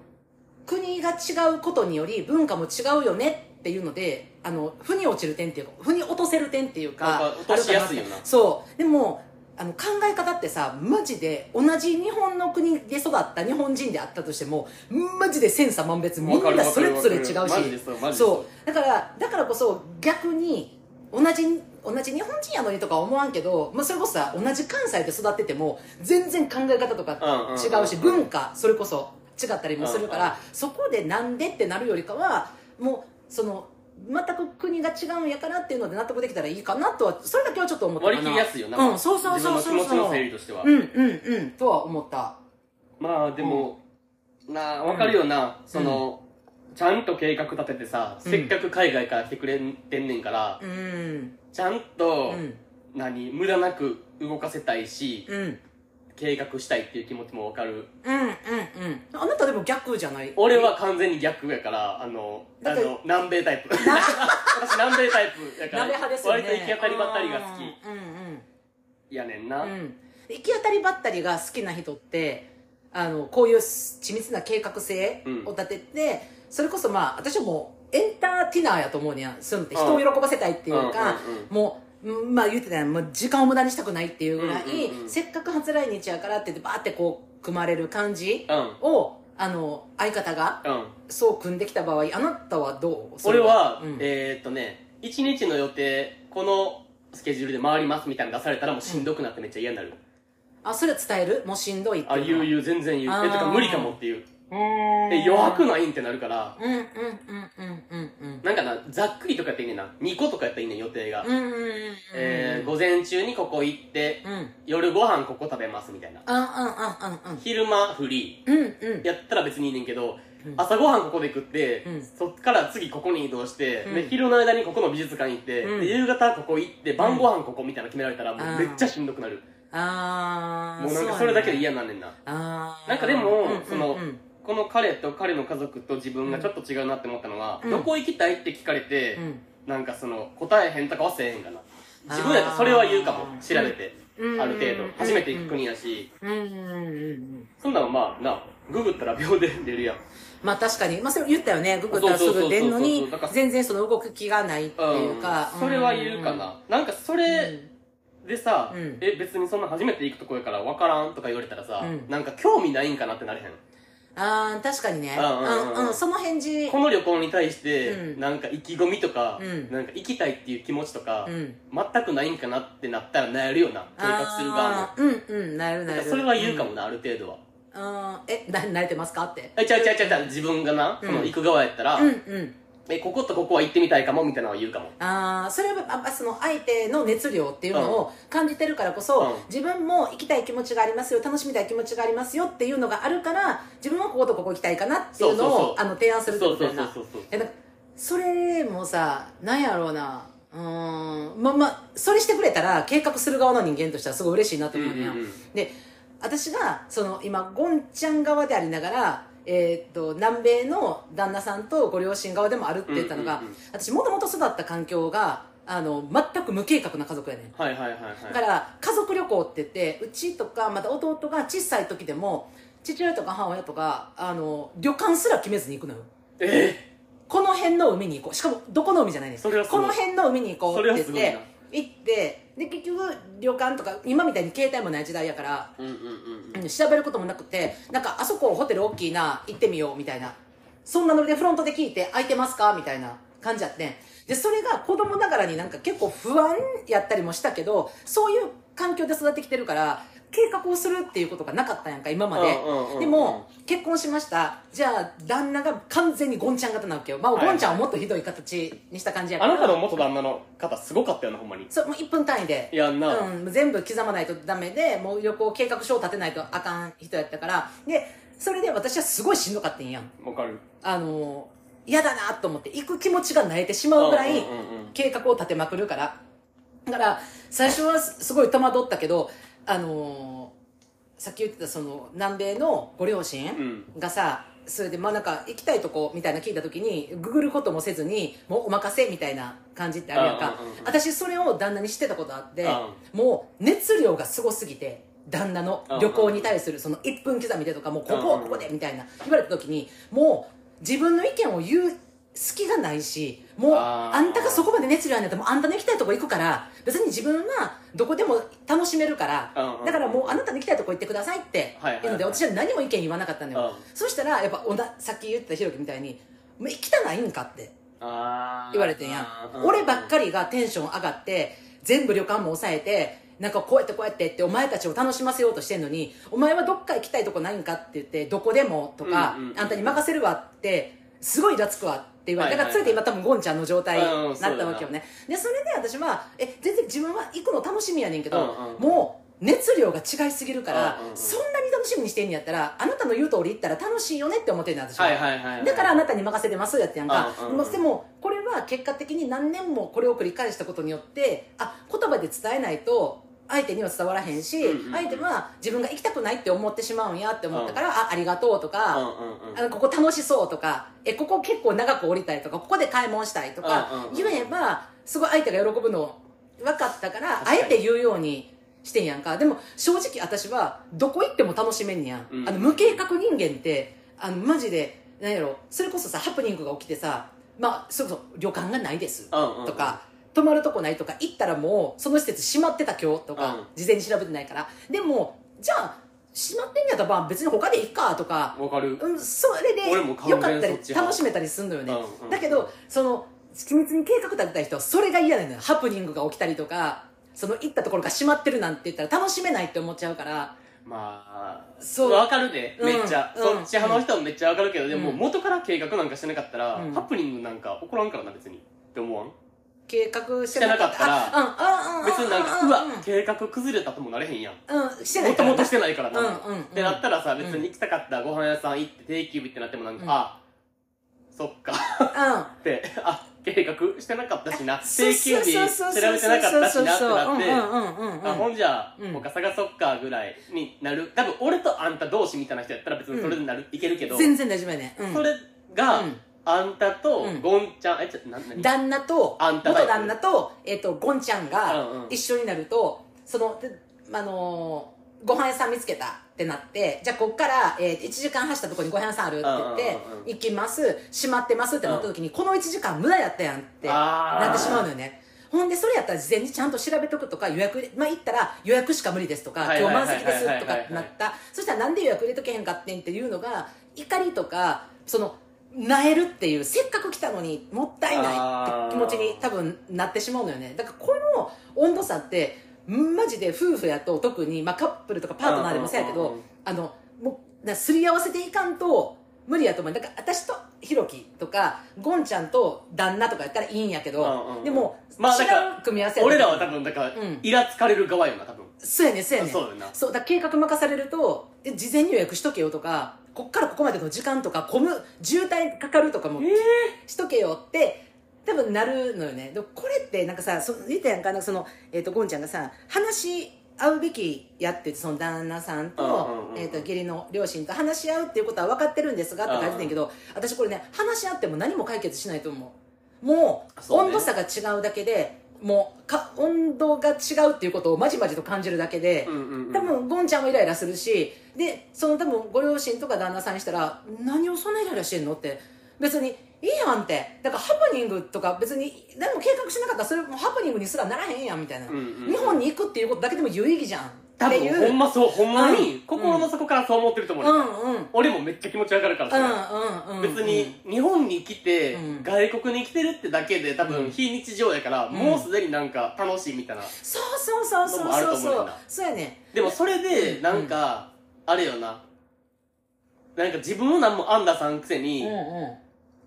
国が違うことにより文化も違うよねっていうのであの腑に落ちる点っていうか腑に落とせる点っていうかなんか落としやすいよなあるかってそうでもあの考え方ってさマジで同じ日本の国で育った日本人であったとしてもマジで千差万別みわかんるなわかそるれわかぞれ違るうしマジでそう、マジでそそうだからだからこそ逆に同じ同じ日本人やのにとか思わんけど、まあ、それこそさ同じ関西で育ってても全然考え方とう。うんかうん、違うし文化それこそ違ったりもするからそこでなんでってなるよりかはもうその全く国が違うんやからっていうので納得できたらいいかなとはそれだけはちょっと思ったかな割り切りやすいよな。うんそうそうそうそうそう自分の気持ちの整理としては。うんうんうんとは思ったまあでも、なあわかるよな、その、ちゃんと計画立ててさ、うんせっかく海外から来てくれてんねんから、うんちゃんうと、ん何無駄なく動かせたいし、うんうん計画したいっていう気持ちもわかるうんうんあなたでも逆じゃない俺は完全に逆やからあのだあっての南米タイプ私南米タイプやから鍋派ですよね割と行き当たりばったりが好きうんうんやねんな、うん、うん、行き当たりばったりが好きな人ってあのこういう緻密な計画性を立てて、それこそまあ私はもうエンターテイナーやと思うにゃそういうのって人を喜ばせたいっていうか、うんうんうんもううんまあ言ってたやんもう時間を無駄にしたくないっていうぐらい、うんうんうんせっかく初来日やからって言ってバーってこう組まれる感じうんを、あの相方がうんそう組んできた場合あなたはどうそ俺れは、うんえーっとね1日の予定このスケジュールで回りますみたいなの出されたらもうしんどくなってめっちゃ嫌になる、あそれは伝えるもうしんどいっていうのあは言う言う全然言あうーえてか無理かもっていううんえ余白ないんってなるからうんうんうんうんうんうんなんかなざっくりとかやっていいねんな2個とかやったらいいねん予定が、うんうんうんうんえー、午前中にここ行ってうんうん夜ご飯ここ食べますみたいなうん昼間フリーうんうんうんやったら別にいいねんけど、うん朝ごはんここで食って、うんそっから次ここに移動して、うんで昼の間にここの美術館行って、うんで夕方ここ行って晩ご飯ここみたいなの決められたらもあーうめっちゃしんどくなる、あーもうなんかそれだけで嫌になんねんなあーなんかでもうんうんうんそのうんこの彼と彼の家族と自分がちょっと違うなって思ったのは、うんどこ行きたいって聞かれて、なんかその答えへんとかはせえへんかな自分やったらそれは言うかもあ調ーべて、うんある程う度ん初めて行く国やし、うんうんうんうんそんなのまあなググったら秒で出るやんまあ確かにまあそれ言ったよねググったらすぐ出んのそうにそうそうそうだから全然その動く気がないっていうかん、それは言うかな、なんかそうんれでさ、うんえ別にそんな初めて行くとこやから分からんとか言われたらさ、うんなんか興味ないんかなってなれへんあー確かにねうんうんうんうんうんその返事この旅行に対して、うんなんか意気込みとか、うんなんか行きたいっていう気持ちとか、うん全くないんかなってなったら悩るよな計画する側もあーうんうんなるななんるかそれは言うかもな、ある程度はうんえな慣れてますかってえちゃうちゃうちゃうちゃう自分がな、うんその行く側やったら、うんうんえこことここは行ってみたいかもみたいなのは言うかもあーそれはやっぱその相手の熱量っていうのを感じてるからこそ、うん自分も行きたい気持ちがありますよ楽しみたい気持ちがありますよっていうのがあるから自分はこことここ行きたいかなっていうのをそうそうそうあの提案すそるうそうってことそうやなそうそうえなんかそれもさなんやろうなうーんまあまあそれしてくれたら計画する側の人間としてはすごい嬉しいなとうんう思んうのよ、うんで私がその今ゴンちゃん側でありながら、えーっと南米の旦那さんとご両親側でもあるって言ったのが、うんうんうん私もともと育った環境があの全く無計画な家族やねんはいはいはいだはかいら家族旅行って言ってうちとかまた弟が小さい時でも父親とか母親とかあの旅館すら決めずに行くのよえこの辺の海に行こうしかもどこの海じゃないねんそれはすごこいの辺の海に行こうそっれはてす言っごいなて行ってで結局旅館とか今みたいに携帯もない時代やからうんうんうんうんうん調べることもなくてなんかあそこホテル大きいな行ってみようみたいなそんなノリでフロントで聞いて空いてますかみたいな感じやってんでそれが子供ながらになんか結構不安やったりもしたけどそういう環境で育ってきてるから計画をするっていうことがなかったんやんか今まで、うんうんうんうんでも結婚しましたじゃあ旦那が完全にゴンちゃん型なわけよまあゴンちゃんはもっとひどい形にした感じやかあらなたの元旦那の方すごかったよなほんまにそうもう1分単位でいやんな、うん、全部刻まないとダメでもう旅行計画書を立てないとあかん人やったからでそれで私はすごいしんどかったんやんわかるあのー嫌だなと思って行く気持ちが慣れてしまうぐらいうんうんうんうん計画を立てまくるからだから最初はすすごい戸惑ったけどあのーさっき言ってたその南米のご両親、うんがさそれでまあなんか行きたいとこみたいな聞いた時にググることもせずにもうお任せみたいな感じってあるやんかうんうんうんうん私それを旦那にしてたことあってうもう熱量がすごすぎて旦那の旅行に対するその1分刻みでとかもうここうんうんうんここでみたいな言われた時にもう自分の意見を言う隙がないしもうあーあんたがそこまで熱量あんねんやったらもうあんたの行きたいとこ行くから別に自分はどこでも楽しめるからうんうんうんだからもうあなたの行きたいとこ行ってくださいってはいはいはい言うので私は何も意見言わなかったんだようんそしたらやっぱおなさっき言ってたひろきみたいに「もう行きたないんか」ってあー言われてんやあーん俺ばっかりがテンション上がって全部旅館も抑えてなんかこうやってこうやってってお前たちを楽しませようとしてんのにお前はどっか行きたいとこないんかって言ってどこでもとか、うんうんうんあんたに任せるわってすごいイラつくわって言われて、はいはいだからそれで今多分ゴンちゃんの状態にうんうなんったわけよね、でそれで私はえ全然自分は行くの楽しみやねんけど、うんうんもう熱量が違いすぎるから、うんうんうんそんなに楽しみにしてんやったらあなたの言う通り言ったら楽しいよねって思ってんねん私は、はいはいはいはいだからあなたに任せてますやってやんか、うんうんうんまあでもこれは結果的に何年もこれを繰り返したことによってあ言葉で伝えないと相手には伝わらへんし、うんうんうん相手は自分が行きたくないって思ってしまうんやって思ったから、あありがとうとか、うんうんうんあのここ楽しそうとかえここ結構長く降りたいとかここで買い物したいとかうんうんうん言えばすごい相手が喜ぶの分かったから確かあにえて言うようにしてんやんかでも正直私はどこ行っても楽しめんねやん、うんあの無計画人間ってあのマジでなんやろそれこそさハプニングが起きてさまあそれこそ旅館がないですうんうんうんとか、泊まるとこないとか行ったらもうその施設閉まってた今日とか、うん事前に調べてないからでもじゃあ閉まってんやったらまあ別に他でいいかとかわかるうん、それで俺もよ完全かったそりっち派楽しめたりすんのよね、うんうんだけどその緻密に計画立てた人はそれが嫌なのよハプニングが起きたりとかその行ったところが閉まってるなんて言ったら楽しめないって思っちゃうからまあそうわかるで、うんめっちゃ、うんそっち派の人もめっちゃわかるけど、でもうん元から計画なんかしてなかったら、うんハプニングなんか起こらんからな別にって思わん、計画してしてなかったあうんうんうん別になんか、ううんわ、計画崩れたともなれへんやんうん、うん、してなもいとからもとしてないからな、うんうんうんってなったらさ別に行きたかったご飯屋さん行って定休日ってなってもなんか、うんあそっか うんってあ計画してなかったしなそ定うそ休う日そう調そうべてなかったしなってなって、うんうんうんうんあほんじゃ、うん他探そっかぐらいになる多分俺とあんた同士みたいな人やったら別にそれでなる、いけるけど全然大丈夫やね、うん、それが、うんあんたとうんゴンちゃん、えちょなん何旦那とあんたタイ元プ旦那と,、えっとゴンちゃうんんがうん一緒になると、そのであのーご飯屋さん見つけたってなってじゃあこっから、えー、1時間走ったとこにご飯屋さんあるって言ってうんうんうんうん行きます閉まってますってなった時に、この1時間無駄やったやんってあーなってしまうのよねほんでそれやったら事前にちゃんと調べとくとか予約、まあ、行ったら予約しか無理ですとかはい今はい日はい満席ですとかはいはいはいなったそしたらなんで予約入れとけへんかってんっていうのが怒りとかそのなえるっていうせっかく来たのにもったいないって気持ちに多分なってしまうのよねだからこの温度差ってマジで夫婦やと特に、まあ、カップルとかパートナーでもそうやけうんうんどうんあのもうなすり合わせていかんと無理やと思うだから私とひろきとかゴンちゃんと旦那とかやったらいいんやけど、うんうんでも、まあ違だからう組み合わせやと俺らは多分だから、うんイラつかれる側よな多分そうやねそうやねそうよなそうだから計画任されるとえ事前に予約しとけよとかこっからここまでの時間とか混む渋滞かかるとかもえしとけよって多分なるのよねでもこれってなんかさそ言ったやんかなんかその、えー、とゴンちゃんがさ話し合うべきやってその旦那さんと,、うんうんうんえー、と義理の両親と話し合うっていうことは分かってるんですがって書いてたんやけど、私これね話し合っても何も解決しないと思うもうそうね温度差が違うだけでもうか温度が違うっていうことをまじまじと感じるだけで、うんうんうん多分ゴンちゃんもイライラするしでその多分ご両親とか旦那さんにしたら何をそんなイライラしてんのって別にいいやんってだからハプニングとか別に何も計画してなかったらそれもハプニングにすらならへんやんみたいな、うんうんうん日本に行くっていうことだけでも有意義じゃん多ってい分うほんまそうほんまうにん心の底からそう思ってると思う、うんうんうん俺もめっちゃ気持ちわかるからそれうんうん別に日本に来て、うん外国に来てるってだけで多うん分非日常やから、んもうすでになんか楽しいみたいなそうそうそうそうそうのもあると思そうねんうなそうやねでもそれうでんなんか、あれよななんか自分もなんもアンダさんくせうに、んう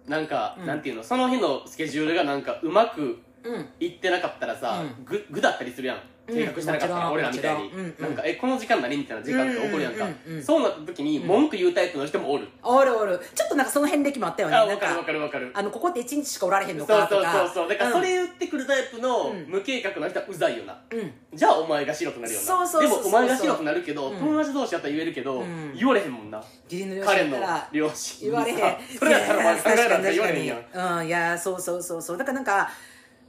なんか、うんなんていうのその日のスケジュールがなんかうまくんうんいってなかったらさ、うぐぐだったりするやんうん計画してなかったから、もち俺ろんらみたいに、もちろんうんうんなんかえこの時間何みたいな時間って起こるやんか、うんうんうんうんそうなった時に文句言うタイプの人もおる、おるおるちょっとなんかその辺歴もあったよねあなわんかるわかるわかるあのここって一日しかおられへそんのうそかうとそうかそうだからそれ言ってくるタイプのうん無計画な人はうざいよな、うん、うんじゃあお前がしろとなるよなそうそうそうそうでもお前がしろとなるけど、うん友達同士やったら言えるけど、うん言われへんもんな義理の両親や彼っのたら両親言われへんさ それやったらお前考えなんかい言わやれへんやん確かに確かにうんいやそうそうそうそうだからなんか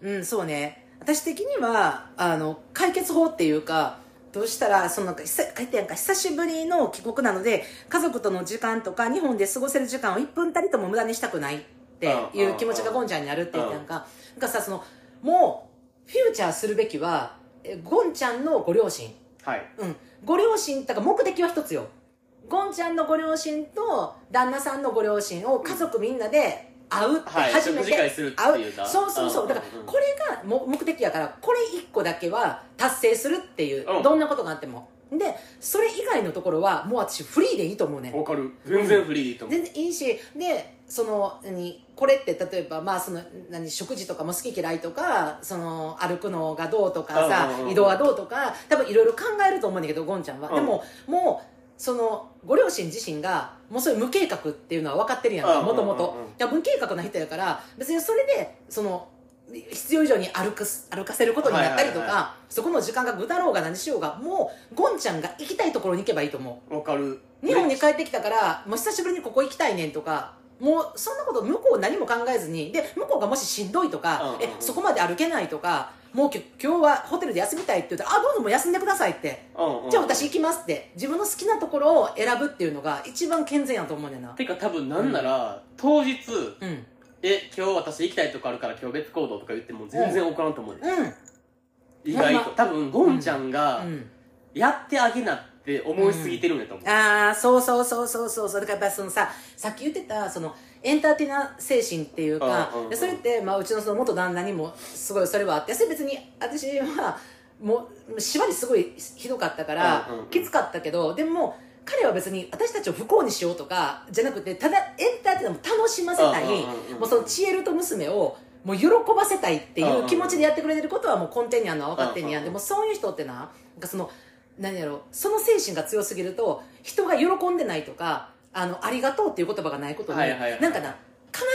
うんそうね私的にはあの解決法っていうかどうしたらそのなんか久帰ってやんか久しぶりの帰国なので家族との時間とか日本で過ごせる時間を1分たりとも無駄にしたくないっていう気持ちがゴンちゃんにあるって言ってやんかなんかさそのもうフューチャーするべきはえゴンちゃんのご両親はいうん、ご両親だから目的は一つよゴンちゃんのご両親と旦那さんのご両親を家族みんなで会うってはい初め食事会てするって会ういうなそうそうそううんだからうんこれがも目的やからこれ一個だけは達成するっていううんどんなことがあってもでそれ以外のところはもう私フリーでいいと思うねわかる全然フリーと思う、全然いいしでその何これって例えば、まあ、その何食事とかも好き嫌いとかその歩くのがどうとかさうんうんうん移動はどうとか多分いろいろ考えると思うんだけどゴンちゃんは、うんでももうそのご両親自身がもうそういう無計画っていうのは分かってるやんうんかうんもともうとんうんいや無計画な人やから別にそれでその必要以上に歩くす歩かせることになったりとか、はいはいはいそこの時間がぐだろうが何しようがもうゴンちゃんが行きたいところに行けばいいと思うわかる日本に帰ってきたからもう久しぶりにここ行きたいねんとかもうそんなこと向こう何も考えずにで向こうがもししんどいとか、うんうんうんえそこまで歩けないとかもうきょ今日はホテルで休みたいって言ったらあどうぞもう休んでくださいって、うんうんじゃあ私行きますって自分の好きなところを選ぶっていうのが一番健全やと思うねんなてか多分なんなら、当日うんうんえ今日私行きたいとこあるから今日別行動とか言っても全然分からんと思う、ね意ほん外まと多分ゴンちゃんがやってあげなって思いすぎてるんやと思う、うんああそうそうそうそうそうそうだからやっぱそのささっき言ってたそのエンターテイナー精神っていうかうんうんうんでそれって、まあ、うちのその元旦那にもすごいそれはあってそれ別に私はもう縛りすごいひどかったから、うんうんうんきつかったけどでも彼は別に私たちを不幸にしようとかじゃなくてただエンターテイナーを楽しませたい、うんうんうんうんもうそのチエルと娘をもう喜ばせたいっていう気持ちでやってくれてることはもう根底にあるのは分かってんねやうんんでもそういう人ってななんかその何やろその精神が強すぎると人が喜んでないとかあのありがとうっていう言葉がないことに、はいはいはいなんかな悲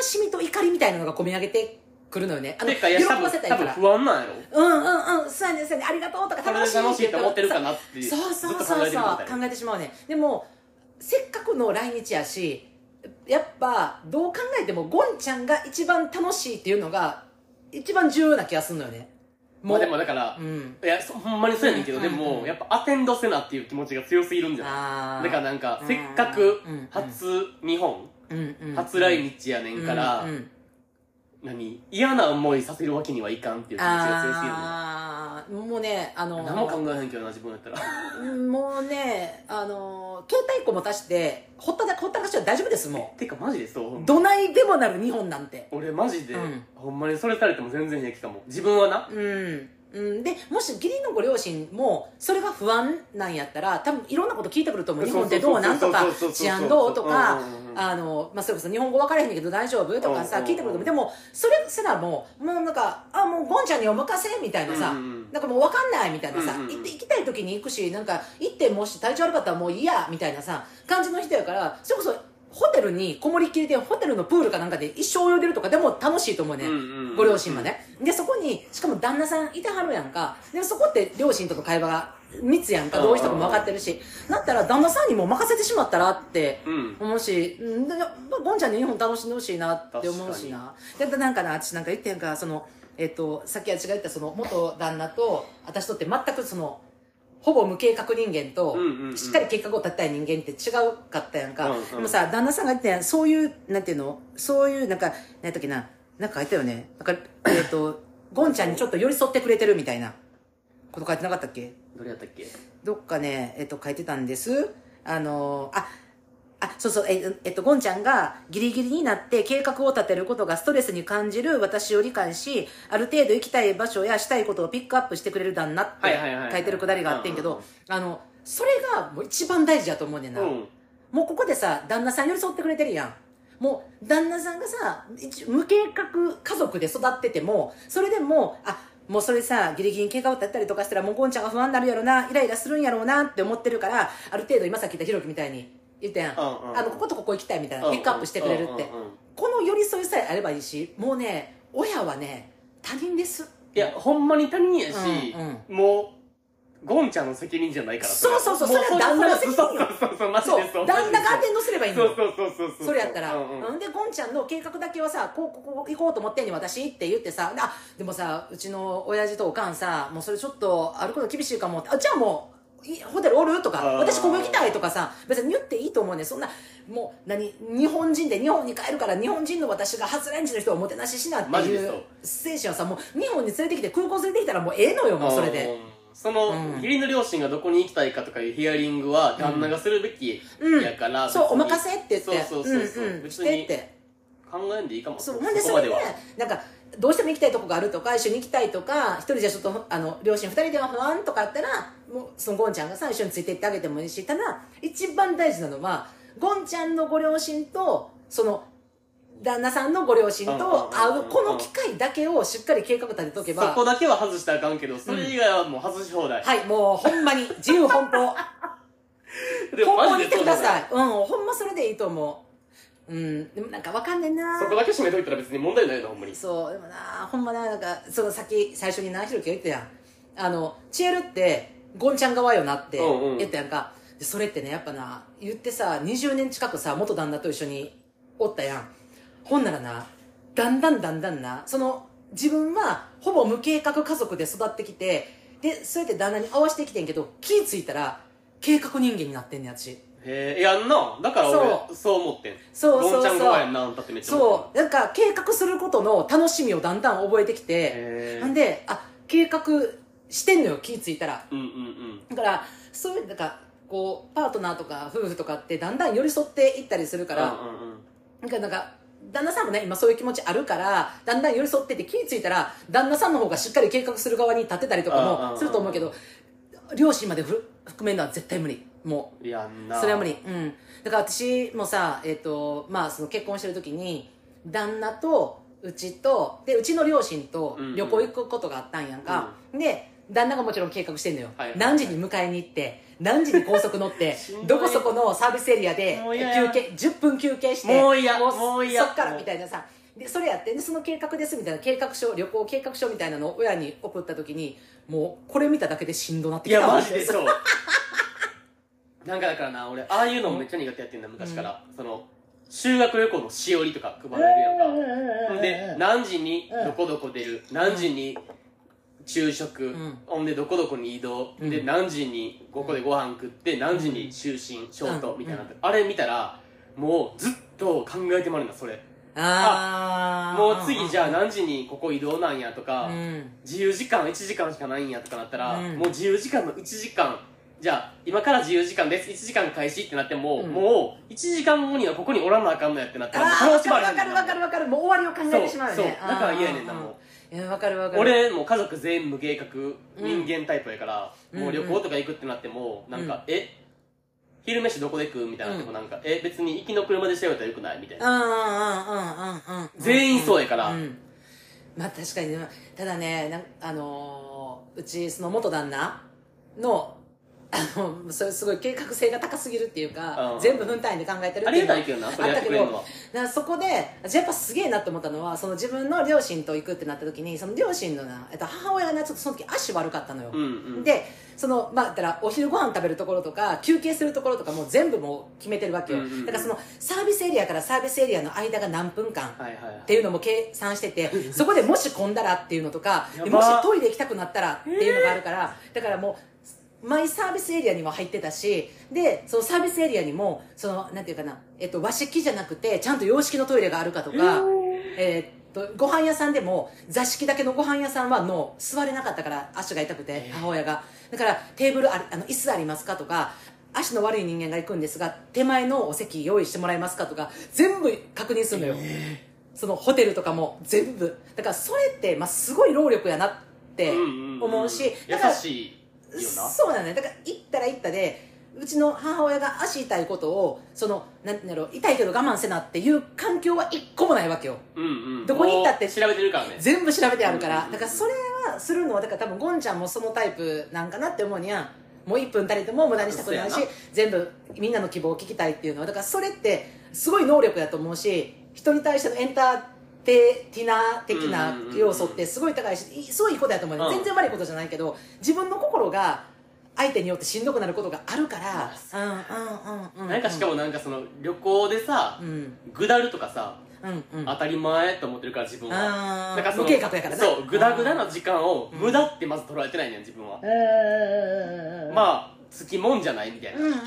しみと怒りみたいなのが込み上げてくるのよねあのて喜かいや多ば分せた多いか分ら不安なんやろうんうんうんそうやねそうやねありがとうとかこれ楽でしい楽しいって思ってるかなってずっそうそうとそ考うえてそうる考みたいなえてしまうねでもせっかくの来日やしやっぱどう考えてもゴンちゃんが一番楽しいっていうのが一番重要な気がするのよねまあでもだから、うんいやそほんまにそうやねんけど、うんうんうんでもやっぱアテンドせなっていう気持ちが強すぎるんじゃないあーだからなんかせっかくうんうん初日本、うんうん初来日やねんから、うんうん何嫌な思いさせるわけにはいかんっていう気持ちが強すぎるのあーもうねあの何も考えへんけどな自分やったらもうねあの携帯個も足してほっただほったらかしは大丈夫ですもてかマジでそううどないでもなる日本なんて俺マジで、うんほんまにそれされても全然平気かも自分はなうん、うん、でもし義理のご両親もそれが不安なんやったら多分いろんなこと聞いてくると思う日本ってどうなんとかそうそうそうそう治安どうとかうんうんうんあの、まあ、それこそ日本語分からへんねんけど大丈夫とかさうんうんうん聞いてくると思うでもそれすらももうなんかあもうゴンちゃんにお任せみたいなさ、うんうんうんなんかもう分かんないみたいなさ、うんうんうん行って行きたい時に行くしなんか行ってもし体調悪かったらもういいやみたいなさ感じの人やからそれこそホテルにこもりっきりでホテルのプールかなんかで一生泳いでるとかでも楽しいと思うね、うんうんうんご両親まで、でそこにしかも旦那さんいてはるやんかでそこって両親との会話が密やんかどういう人かも分かってるしだったら旦那さんにも任せてしまったらってうん思うし、うん、でやっぱゴンちゃんに日本楽しんでほしいなって思うしなででなんかな私なんか言ってんかそのえっ、とさっきあっちが言ったその元旦那と私とって全くそのほぼ無計画人間と、うんうんうんしっかり計画を立てたい人間って違うかったやんか、うんうんでもさ旦那さんが言ってたやんそういうなんていうのそういうなんか何やったっけななんか書いたよねなんかえっ、とゴンちゃんにちょっと寄り添ってくれてるみたいなこと書いてなかったっけどれやったっけどっかね、えっと、書いてたんです。あのーあ、あ、そうそう、え、えっと、ゴンちゃんがギリギリになって計画を立てることがストレスに感じる私を理解し、ある程度行きたい場所やしたいことをピックアップしてくれる旦那っはていはいはいはい書いてるくだりがあってんけうんうどん、あの、それがもう一番大事だと思うねんな。うんもうここでさ、旦那さん寄り添ってくれてるやん。もう、旦那さんがさ、一無計画家族で育ってても、それでも、あ、もうそれさ、ギリギリに怪我を立ったりとかしたら、もうゴンちゃんが不安になるやろな、イライラするんやろうなって思ってるから、ある程度今さっき言ったひろきみたいに言ったやん。うんうんうんあの、こことここ行きたいみたいな、ピックアップしてくれるってうん。うんうんうんこの寄り添いさえあればいいし、もうね、親はね、他人です。いやほんまに他人やし、うんもうゴンちゃんの責任じゃないからそうそうそうもそれは旦那の責任そうそうそうそうマジそうでそ、う旦那がアテンドすればいいのそようそうそうそううそれやったら、うんうんうん、でゴンちゃんの計画だけはさこうこうこう行こうと思ってんねん私って言ってさあでもさうちの親父とおかんさもうそれちょっと歩くの厳しいかもってあじゃあもういホテルおるとかあー私ここ行きたいとかさ別に言っていいと思うねんそんなもう何日本人で日本に帰るから日本人の私が初来日の人をおもてなししなマってジいでうそう精神はさもう日本に連れてきて空港連れてきたらもうええのよもうそれでうんその、うん義理の両親がどこに行きたいかとかいうヒアリングは旦那がするべきうんやから、別にそうお任せって言ってそうそうそうそう、んうん、し別てっにて考えんでいいかもそうほんでこそまれでなんかどうしても行きたいとこがあるとか一緒に行きたいとか一人じゃちょっとあの両親二人では不安とかあったらもうそのゴンちゃんがさ一緒について行ってあげてもいいしただ一番大事なのはゴンちゃんのご両親とその旦那さんのご両親うんうんうんうんと会うこの機会だけをしっかり計画立てとけそばこだけは外したらあかんけどそれ以外はもう外し放題、はいもうほんまに自由奔放でも奔マ放ジでにしてそうくなだのよさいうんほんまそれでいいと思ううんでもなんかわかんねんなそこだけ締めといたら別に問題ないなほんまにそうでもなほんまななんかその先最初になひろきが言ってたやんあのチエルってゴンちゃん側よなってうんうん言ったやんか、でそれってねやっぱな言ってさ20年近くさ元旦那と一緒におったやんほんならなだんだんだんだんなその自分はほぼ無計画家族で育ってきてでそうやって旦那に合わせてきてんけど気ぃついたら計画人間になってんねん私へえやんなだから俺そう思ってんそうゴそンうちそゃんう側やんなあんたってめっちゃ思ってそうなんか計画することの楽しみをだんだん覚えてきて、んへえなんであ計画してんのよ気ぃついたらうんうんうんだからそういうなんかこうパートナーとか夫婦とかってだんだん寄り添っていったりするから、うんうんうんなんかなんか旦那さんもね今そういう気持ちあるからだんだん寄り添ってて気ぃついたら旦那さんの方がしっかり計画する側に立てたりとうんうんかうんもすると思うけど両親までふ含めるのは絶対無理もうやんなそれは無理うんだから私もさ、えっとまあ、その結婚してる時に旦那とうちとでうちの両親とうんうん旅行行くことがあったんやんか、で旦那がもちろん計画してんのよ、はいはい何時に迎えに行って何時に高速乗っ てしんどいどこそこのサービスエリアでもう嫌や休憩10分休憩してもう嫌そもう嫌そっからもうみたいなさでそれやってでその計画ですみたいな計画書旅行計画書みたいなのを親に送った時にもうこれ見ただけでしんどなっていきたやわマジでそうなんかだからな俺ああいうのもめっちゃ苦手やってんだ昔から、その修学旅行のしおりとか配られるやんか、うんで何時にうんどこどこ出る、何時に昼食、んほんでどこどこに移動、うんで何時にここでご飯食って何時に就寝ショートうんみたいなの、あれ見たらもうずっと考えてまるなそれあーもう次じゃあ何時にここ移動なんやとか、うん自由時間1時間しかないんやとかなったら、うんもう自由時間の1時間じゃあ今から自由時間です1時間開始ってなっても、うんもう1時間後にはここにおらなあかんのやってなったらもあうー楽しまれへわんねかんるなわかるわかるもう終わりを考えてしまうよそうねそうだから嫌やねんなもうういやわかるわかる俺もう家族全員無計画人ん間タイプやから、うんもう旅行とか行くってなってもなんか、え昼飯どこで食うみたいなとこなんか、え別に行きの車で調べたらよくないみたいな、うんうんうんうんうんうん全員そうやから、うんまあ確かにねただねなんあのーうちその元旦那のあのそれすごい計画性が高すぎるっていうか、うん全部分単位で考えてるっあていりうがのたはいけどなそれあやっったてくけれるどのはだからそこで私やっぱすげえなと思ったのはその自分の両親と行くってなった時にその両親のな、えっと、母親がなちょっとその時足悪かったのよ、うんうんでそのまあだからお昼ご飯食べるところとか休憩するところとかもう全部もう決めてるわけよ、うんうんうんだからそのサービスエリアからサービスエリアの間が何分間はいはいはいっていうのも計算しててそこでもし混んだらっていうのとかやばでもしトイレ行きたくなったらっていうのがあるから、だからもうマイサービスエリアにも入ってたしでそのサービスエリアにもそのなんていうかな、えっと、和式じゃなくてちゃんと洋式のトイレがあるかとか、えーっとご飯屋さんでも座敷だけのご飯屋さんはの座れなかったから足が痛くてえー母親がだからテーブルありあの椅子ありますかとか足の悪い人間が行くんですが手前のお席用意してもらえますかとか全部確認するのよ、そのホテルとかも全部だからそれって、まあ、すごい労力やなって思うし、優だからしいよなそうなのよだから行ったら行ったでうちの母親が足痛いことをそのなんていうんだろう痛いけど我慢せなっていう環境は一個もないわけようんうんどこに行ったってもう調べてるからね全部調べてあるかうんうんらうんだからそれはするのはだから多分ゴンちゃんもそのタイプなんかなって思うにゃもう1分たりとも無駄にしたくないしそうやな全部みんなの希望を聞きたいっていうのはだからそれってすごい能力だと思うし人に対してのエンターテイナー的なうんうんうんうん要素ってすごい高いしいすごいいいことだと思うねうん全然悪いことじゃないけど自分の心が相手によってしんどくなることがあるからうんうんうんうんなんかしかももなんかその旅行でさうんうんぐだるとかさうん当たり前と思ってるから自分はあだからーその無計画やからなそうグダグダな時間を無駄ってまず捉えてないねん自分はまあまあつきもんじゃないみたいうんうんうんうん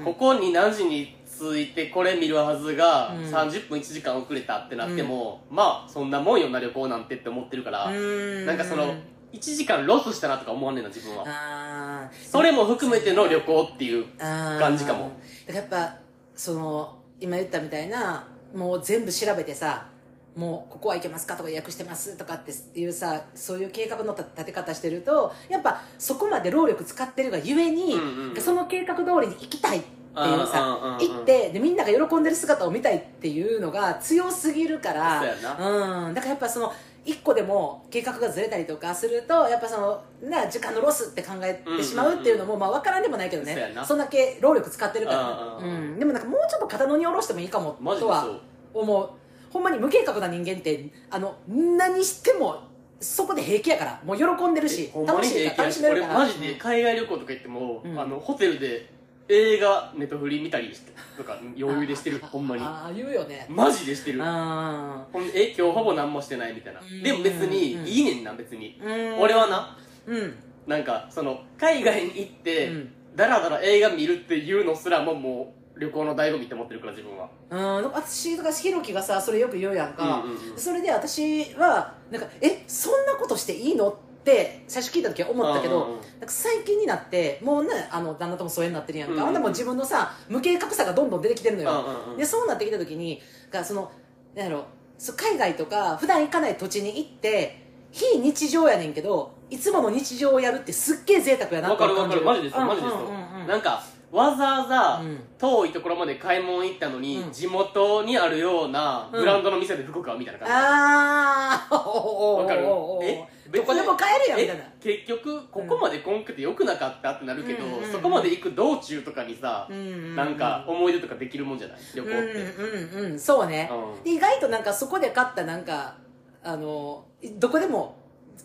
なうんうんここに何時に着いてこれ見るはずがうん30分1時間遅れたってなってもまあそんなもんよな旅行なんてって思ってるからうんなんかその1時間ロスしたなとか思わねえな自分はあーそれも含めての旅行っていうあー感じかもだからやっぱその今言ったみたいなもう全部調べてさもうここは行けますかとか予約してますとかっていうさそういう計画の立立て方してるとやっぱそこまで労力使ってるがゆえに、うんうんうんその計画通りに行きたいっっていうさうんうんうんうん行ってでみんなが喜んでる姿を見たいっていうのが強すぎるからそうやうんだからやっぱその一個でも計画がずれたりとかするとやっぱそのな時間のロスって考えてしまうっていうのも、まあ、分からんでもないけどそうやねなそんだけ労力使ってるから、うんうんうんうんでもなんかもうちょっと肩の荷下ろしてもいいかもマジでとはそう思うほんまに無計画な人間ってあの何してもそこで平気やからもう喜んでるしほんま楽にしい平気かやら楽ししめる俺からマジで海外旅行とか行っても、うんあのホテルで映画ネットフリ見たりしてとか余裕でしてるあほんまにああ言うよねマジでしてるあほんでえ今日ほぼ何もしてないみたいなうんでも別にうんいいねんな別にーうん俺はなうんなんかその海外に行って、うんだらだら映画見るっていうのすらももう旅行の醍醐味って思ってるから自分はうん、なんか私とかひろきがさそれよく言うやんか、うんうんうんそれで私はなんかえそんなことしていいのって最初聞いた時は思ったけど、うんうんうんなんか最近になってもうねあの旦那とも疎遠になってるやんか、うんうんあんなもん自分のさ無計画さがどんどん出てきてるのよ、うんうんうんでそうなってきた時にがそのなんやろそう海外とか普段行かない土地に行って非日常やねんけどいつもの日常をやるってすっげえ贅沢やなわってかる感じわかるマジでそうマジでうそんうんうんうんうなんかわざわざうん遠いところまで買い物行ったのに、うん地元にあるようなうんブランドの店で服買うみたいな感じああわわかるえ別どにこでも買えるよみたいなえ結局ここまで根拠で良くなかったってなるけど、うんうんうんうんそこまで行く道中とかにさ、なんか思い出とかできるもんじゃない旅う行っんうて、んうんうんそうねうんで意外となんかそこで買ったなんかあのどこでも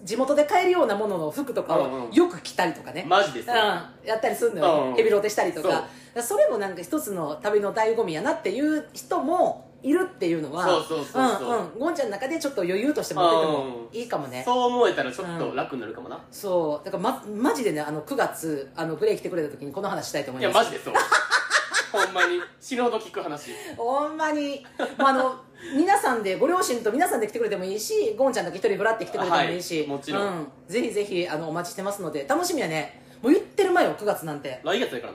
地元で買えるようなものの服とかうんをうんよく着たりとかねマジでうそんう、やったりするのうんうよんヘビロテしたりとかそうだからそれもなんか一つの旅の醍醐味やなっていう人もいるっていうのはそうそうそうそううんうんゴンちゃんの中でちょっと余裕として持っててもいいかもねそう思えたらちょっと楽になるかもな、そうだからまマジでねあの9月あのグレー来てくれた時にこの話したいと思いいまやマすジでそう ほんまに死ぬほど聞く話ほんまに、まあ、あの皆さんでご両親と皆さんで来てくれてもいいしゴンちゃんだけ一人ぶらって来てくれてもいいし、はいもちろんうん、ぜひぜひあのお待ちしてますので楽しみやねもう言ってる前よ9月なんて来月やから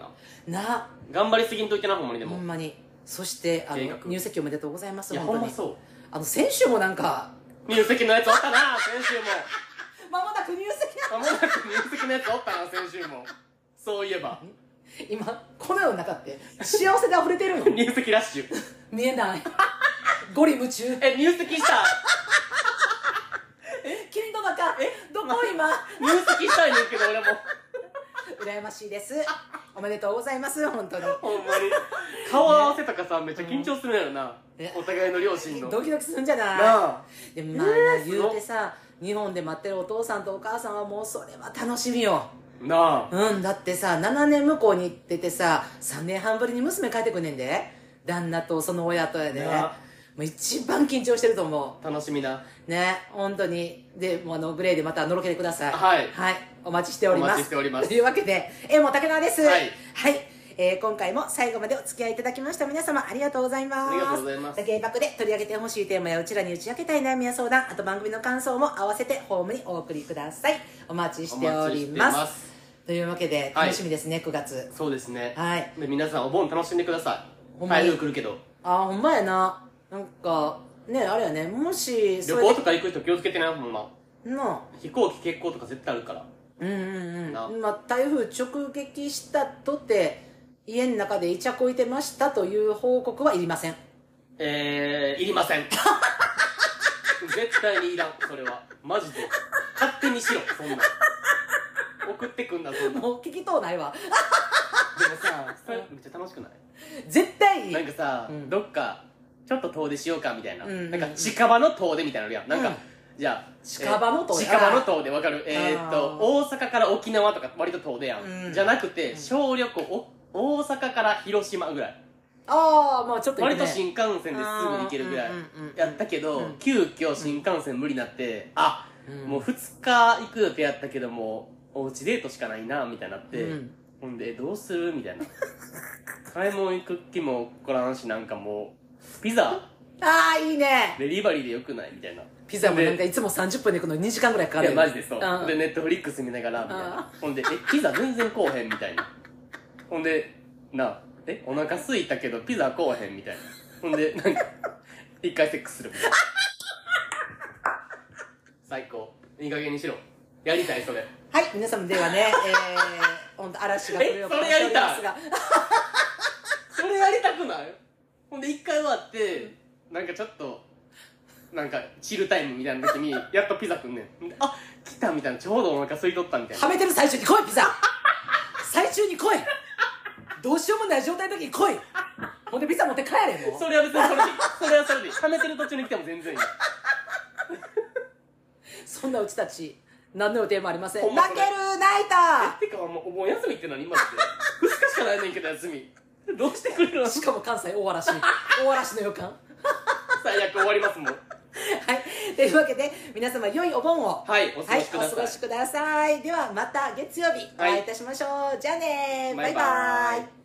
なな頑張りすぎんといけないほんまにでほも、んまにそしてあの計画入籍おめでとうございますいやほ本ん当まにそうあの先週もなんか入籍のやつおったな先週もまもなく入籍まなもなく入籍のやつおったな先週もそういえば今この世の中って幸せで溢れてるの入籍ラッシュ見えないゴリ夢中え入籍した霧の中えどこ今入籍したいねんけど俺も羨ましいですおめでとうございます本当にほんまに顔合わせとかさめっちゃ緊張するんやろな、ねお互いの両親のドキドキするんじゃないなあでもまあ、えー言うてさ日本で待ってるお父さんとお母さんはもうそれは楽しみよなあうんだってさ7年向こうに行っててさ3年半ぶりに娘帰ってくんねんで旦那とその親とやでなもう一番緊張してると思楽しみなうね本当にでもうあのグレーでまたのろけてくださいはいはい、お待ちしておりますお待ちしておりますというわけでえもう竹川ですはい、はいえー今回も最後までお付き合いいただきました皆様ありがとうございますありがとうございます芸爆で取り上げてほしいテーマやうちらに打ち明けたい悩みや相談あと番組の感想も合わせてホームにお送りくださいお待ちしておりますお待ちしてというわけではい楽しみですね、9月そうですねはいで皆さんお盆楽しんでくださほいんまに台風来るけどあーほんまやななんかねあれやねもし旅それ行でとか行く人気をつけてなほんまの飛行機欠航とか絶対あるからうんうんなうん、まあ、台風直撃したとて家の中でイチャこいてましたという報告はいりません えー、いりません 絶対にいらんそれはマジで勝手にしろそんなん送ってくんなそんなんでももう聞きとうないわさそれめっちゃ楽しくない絶対いいなんかさ、うんどっかちょっと遠出しようかみたいな、うんうんうんなんか近場の遠出みたいなのあるやんなんか、うんじゃあ近場の遠出えー近場の遠出わかるえーっとあ大阪から沖縄とか割と遠出やん、うんじゃなくて小旅行お大阪から広島ぐらいああまあちょっといい、ね、割と新幹線ですぐ行けるぐらいうんうんうんうんやったけど、うん急遽新幹線無理になって、あうんもう2日行く予定やったけどもおうちデートしかないなみたいになって、うんほんでどうするみたいな買い物行く気も起こらんしなんかもうピザああいいねデリバリーでよくないみたいなピザもなんかでいつも30分でこの2時間ぐらいかかいるやよマジでそう、んでネットフリックス見ながらみたいなほんでえピザ全然こうへんみたいなほんでなあえお腹空いたけどピザこうへんみたいなほんでなんか一回セックスするみたいな最高いい加減にしろやりたいそれ はい皆様ではねえー、本当嵐が来るえよそれやりたいがれやりたくないほんで一回終わってなんかちょっとなんかチルタイムみたいな時にやっとピザくんねんんであ来たみたいなちょうどお腹空いとったみたいなはめてる最中に来いピザ最中に来いどうしようもない状態の時に来いほんでピザ持って帰れもうそれは別にそれでいいそれはそれでいいはめてる途中に来ても全然いいそんなうちたち何の予定もありませんほんま泣そけれる泣いたてかもうお盆休みって何マジで2日しかないねんけど休みどうしてくれるのしかも関西大嵐大嵐の予感最悪終わりますもんはいというわけで皆様良いお盆をはいお過はごいし、くおだ過さい、ごしください。ではまた月曜日お会いいたしましょう。じゃあねバイババイバイイ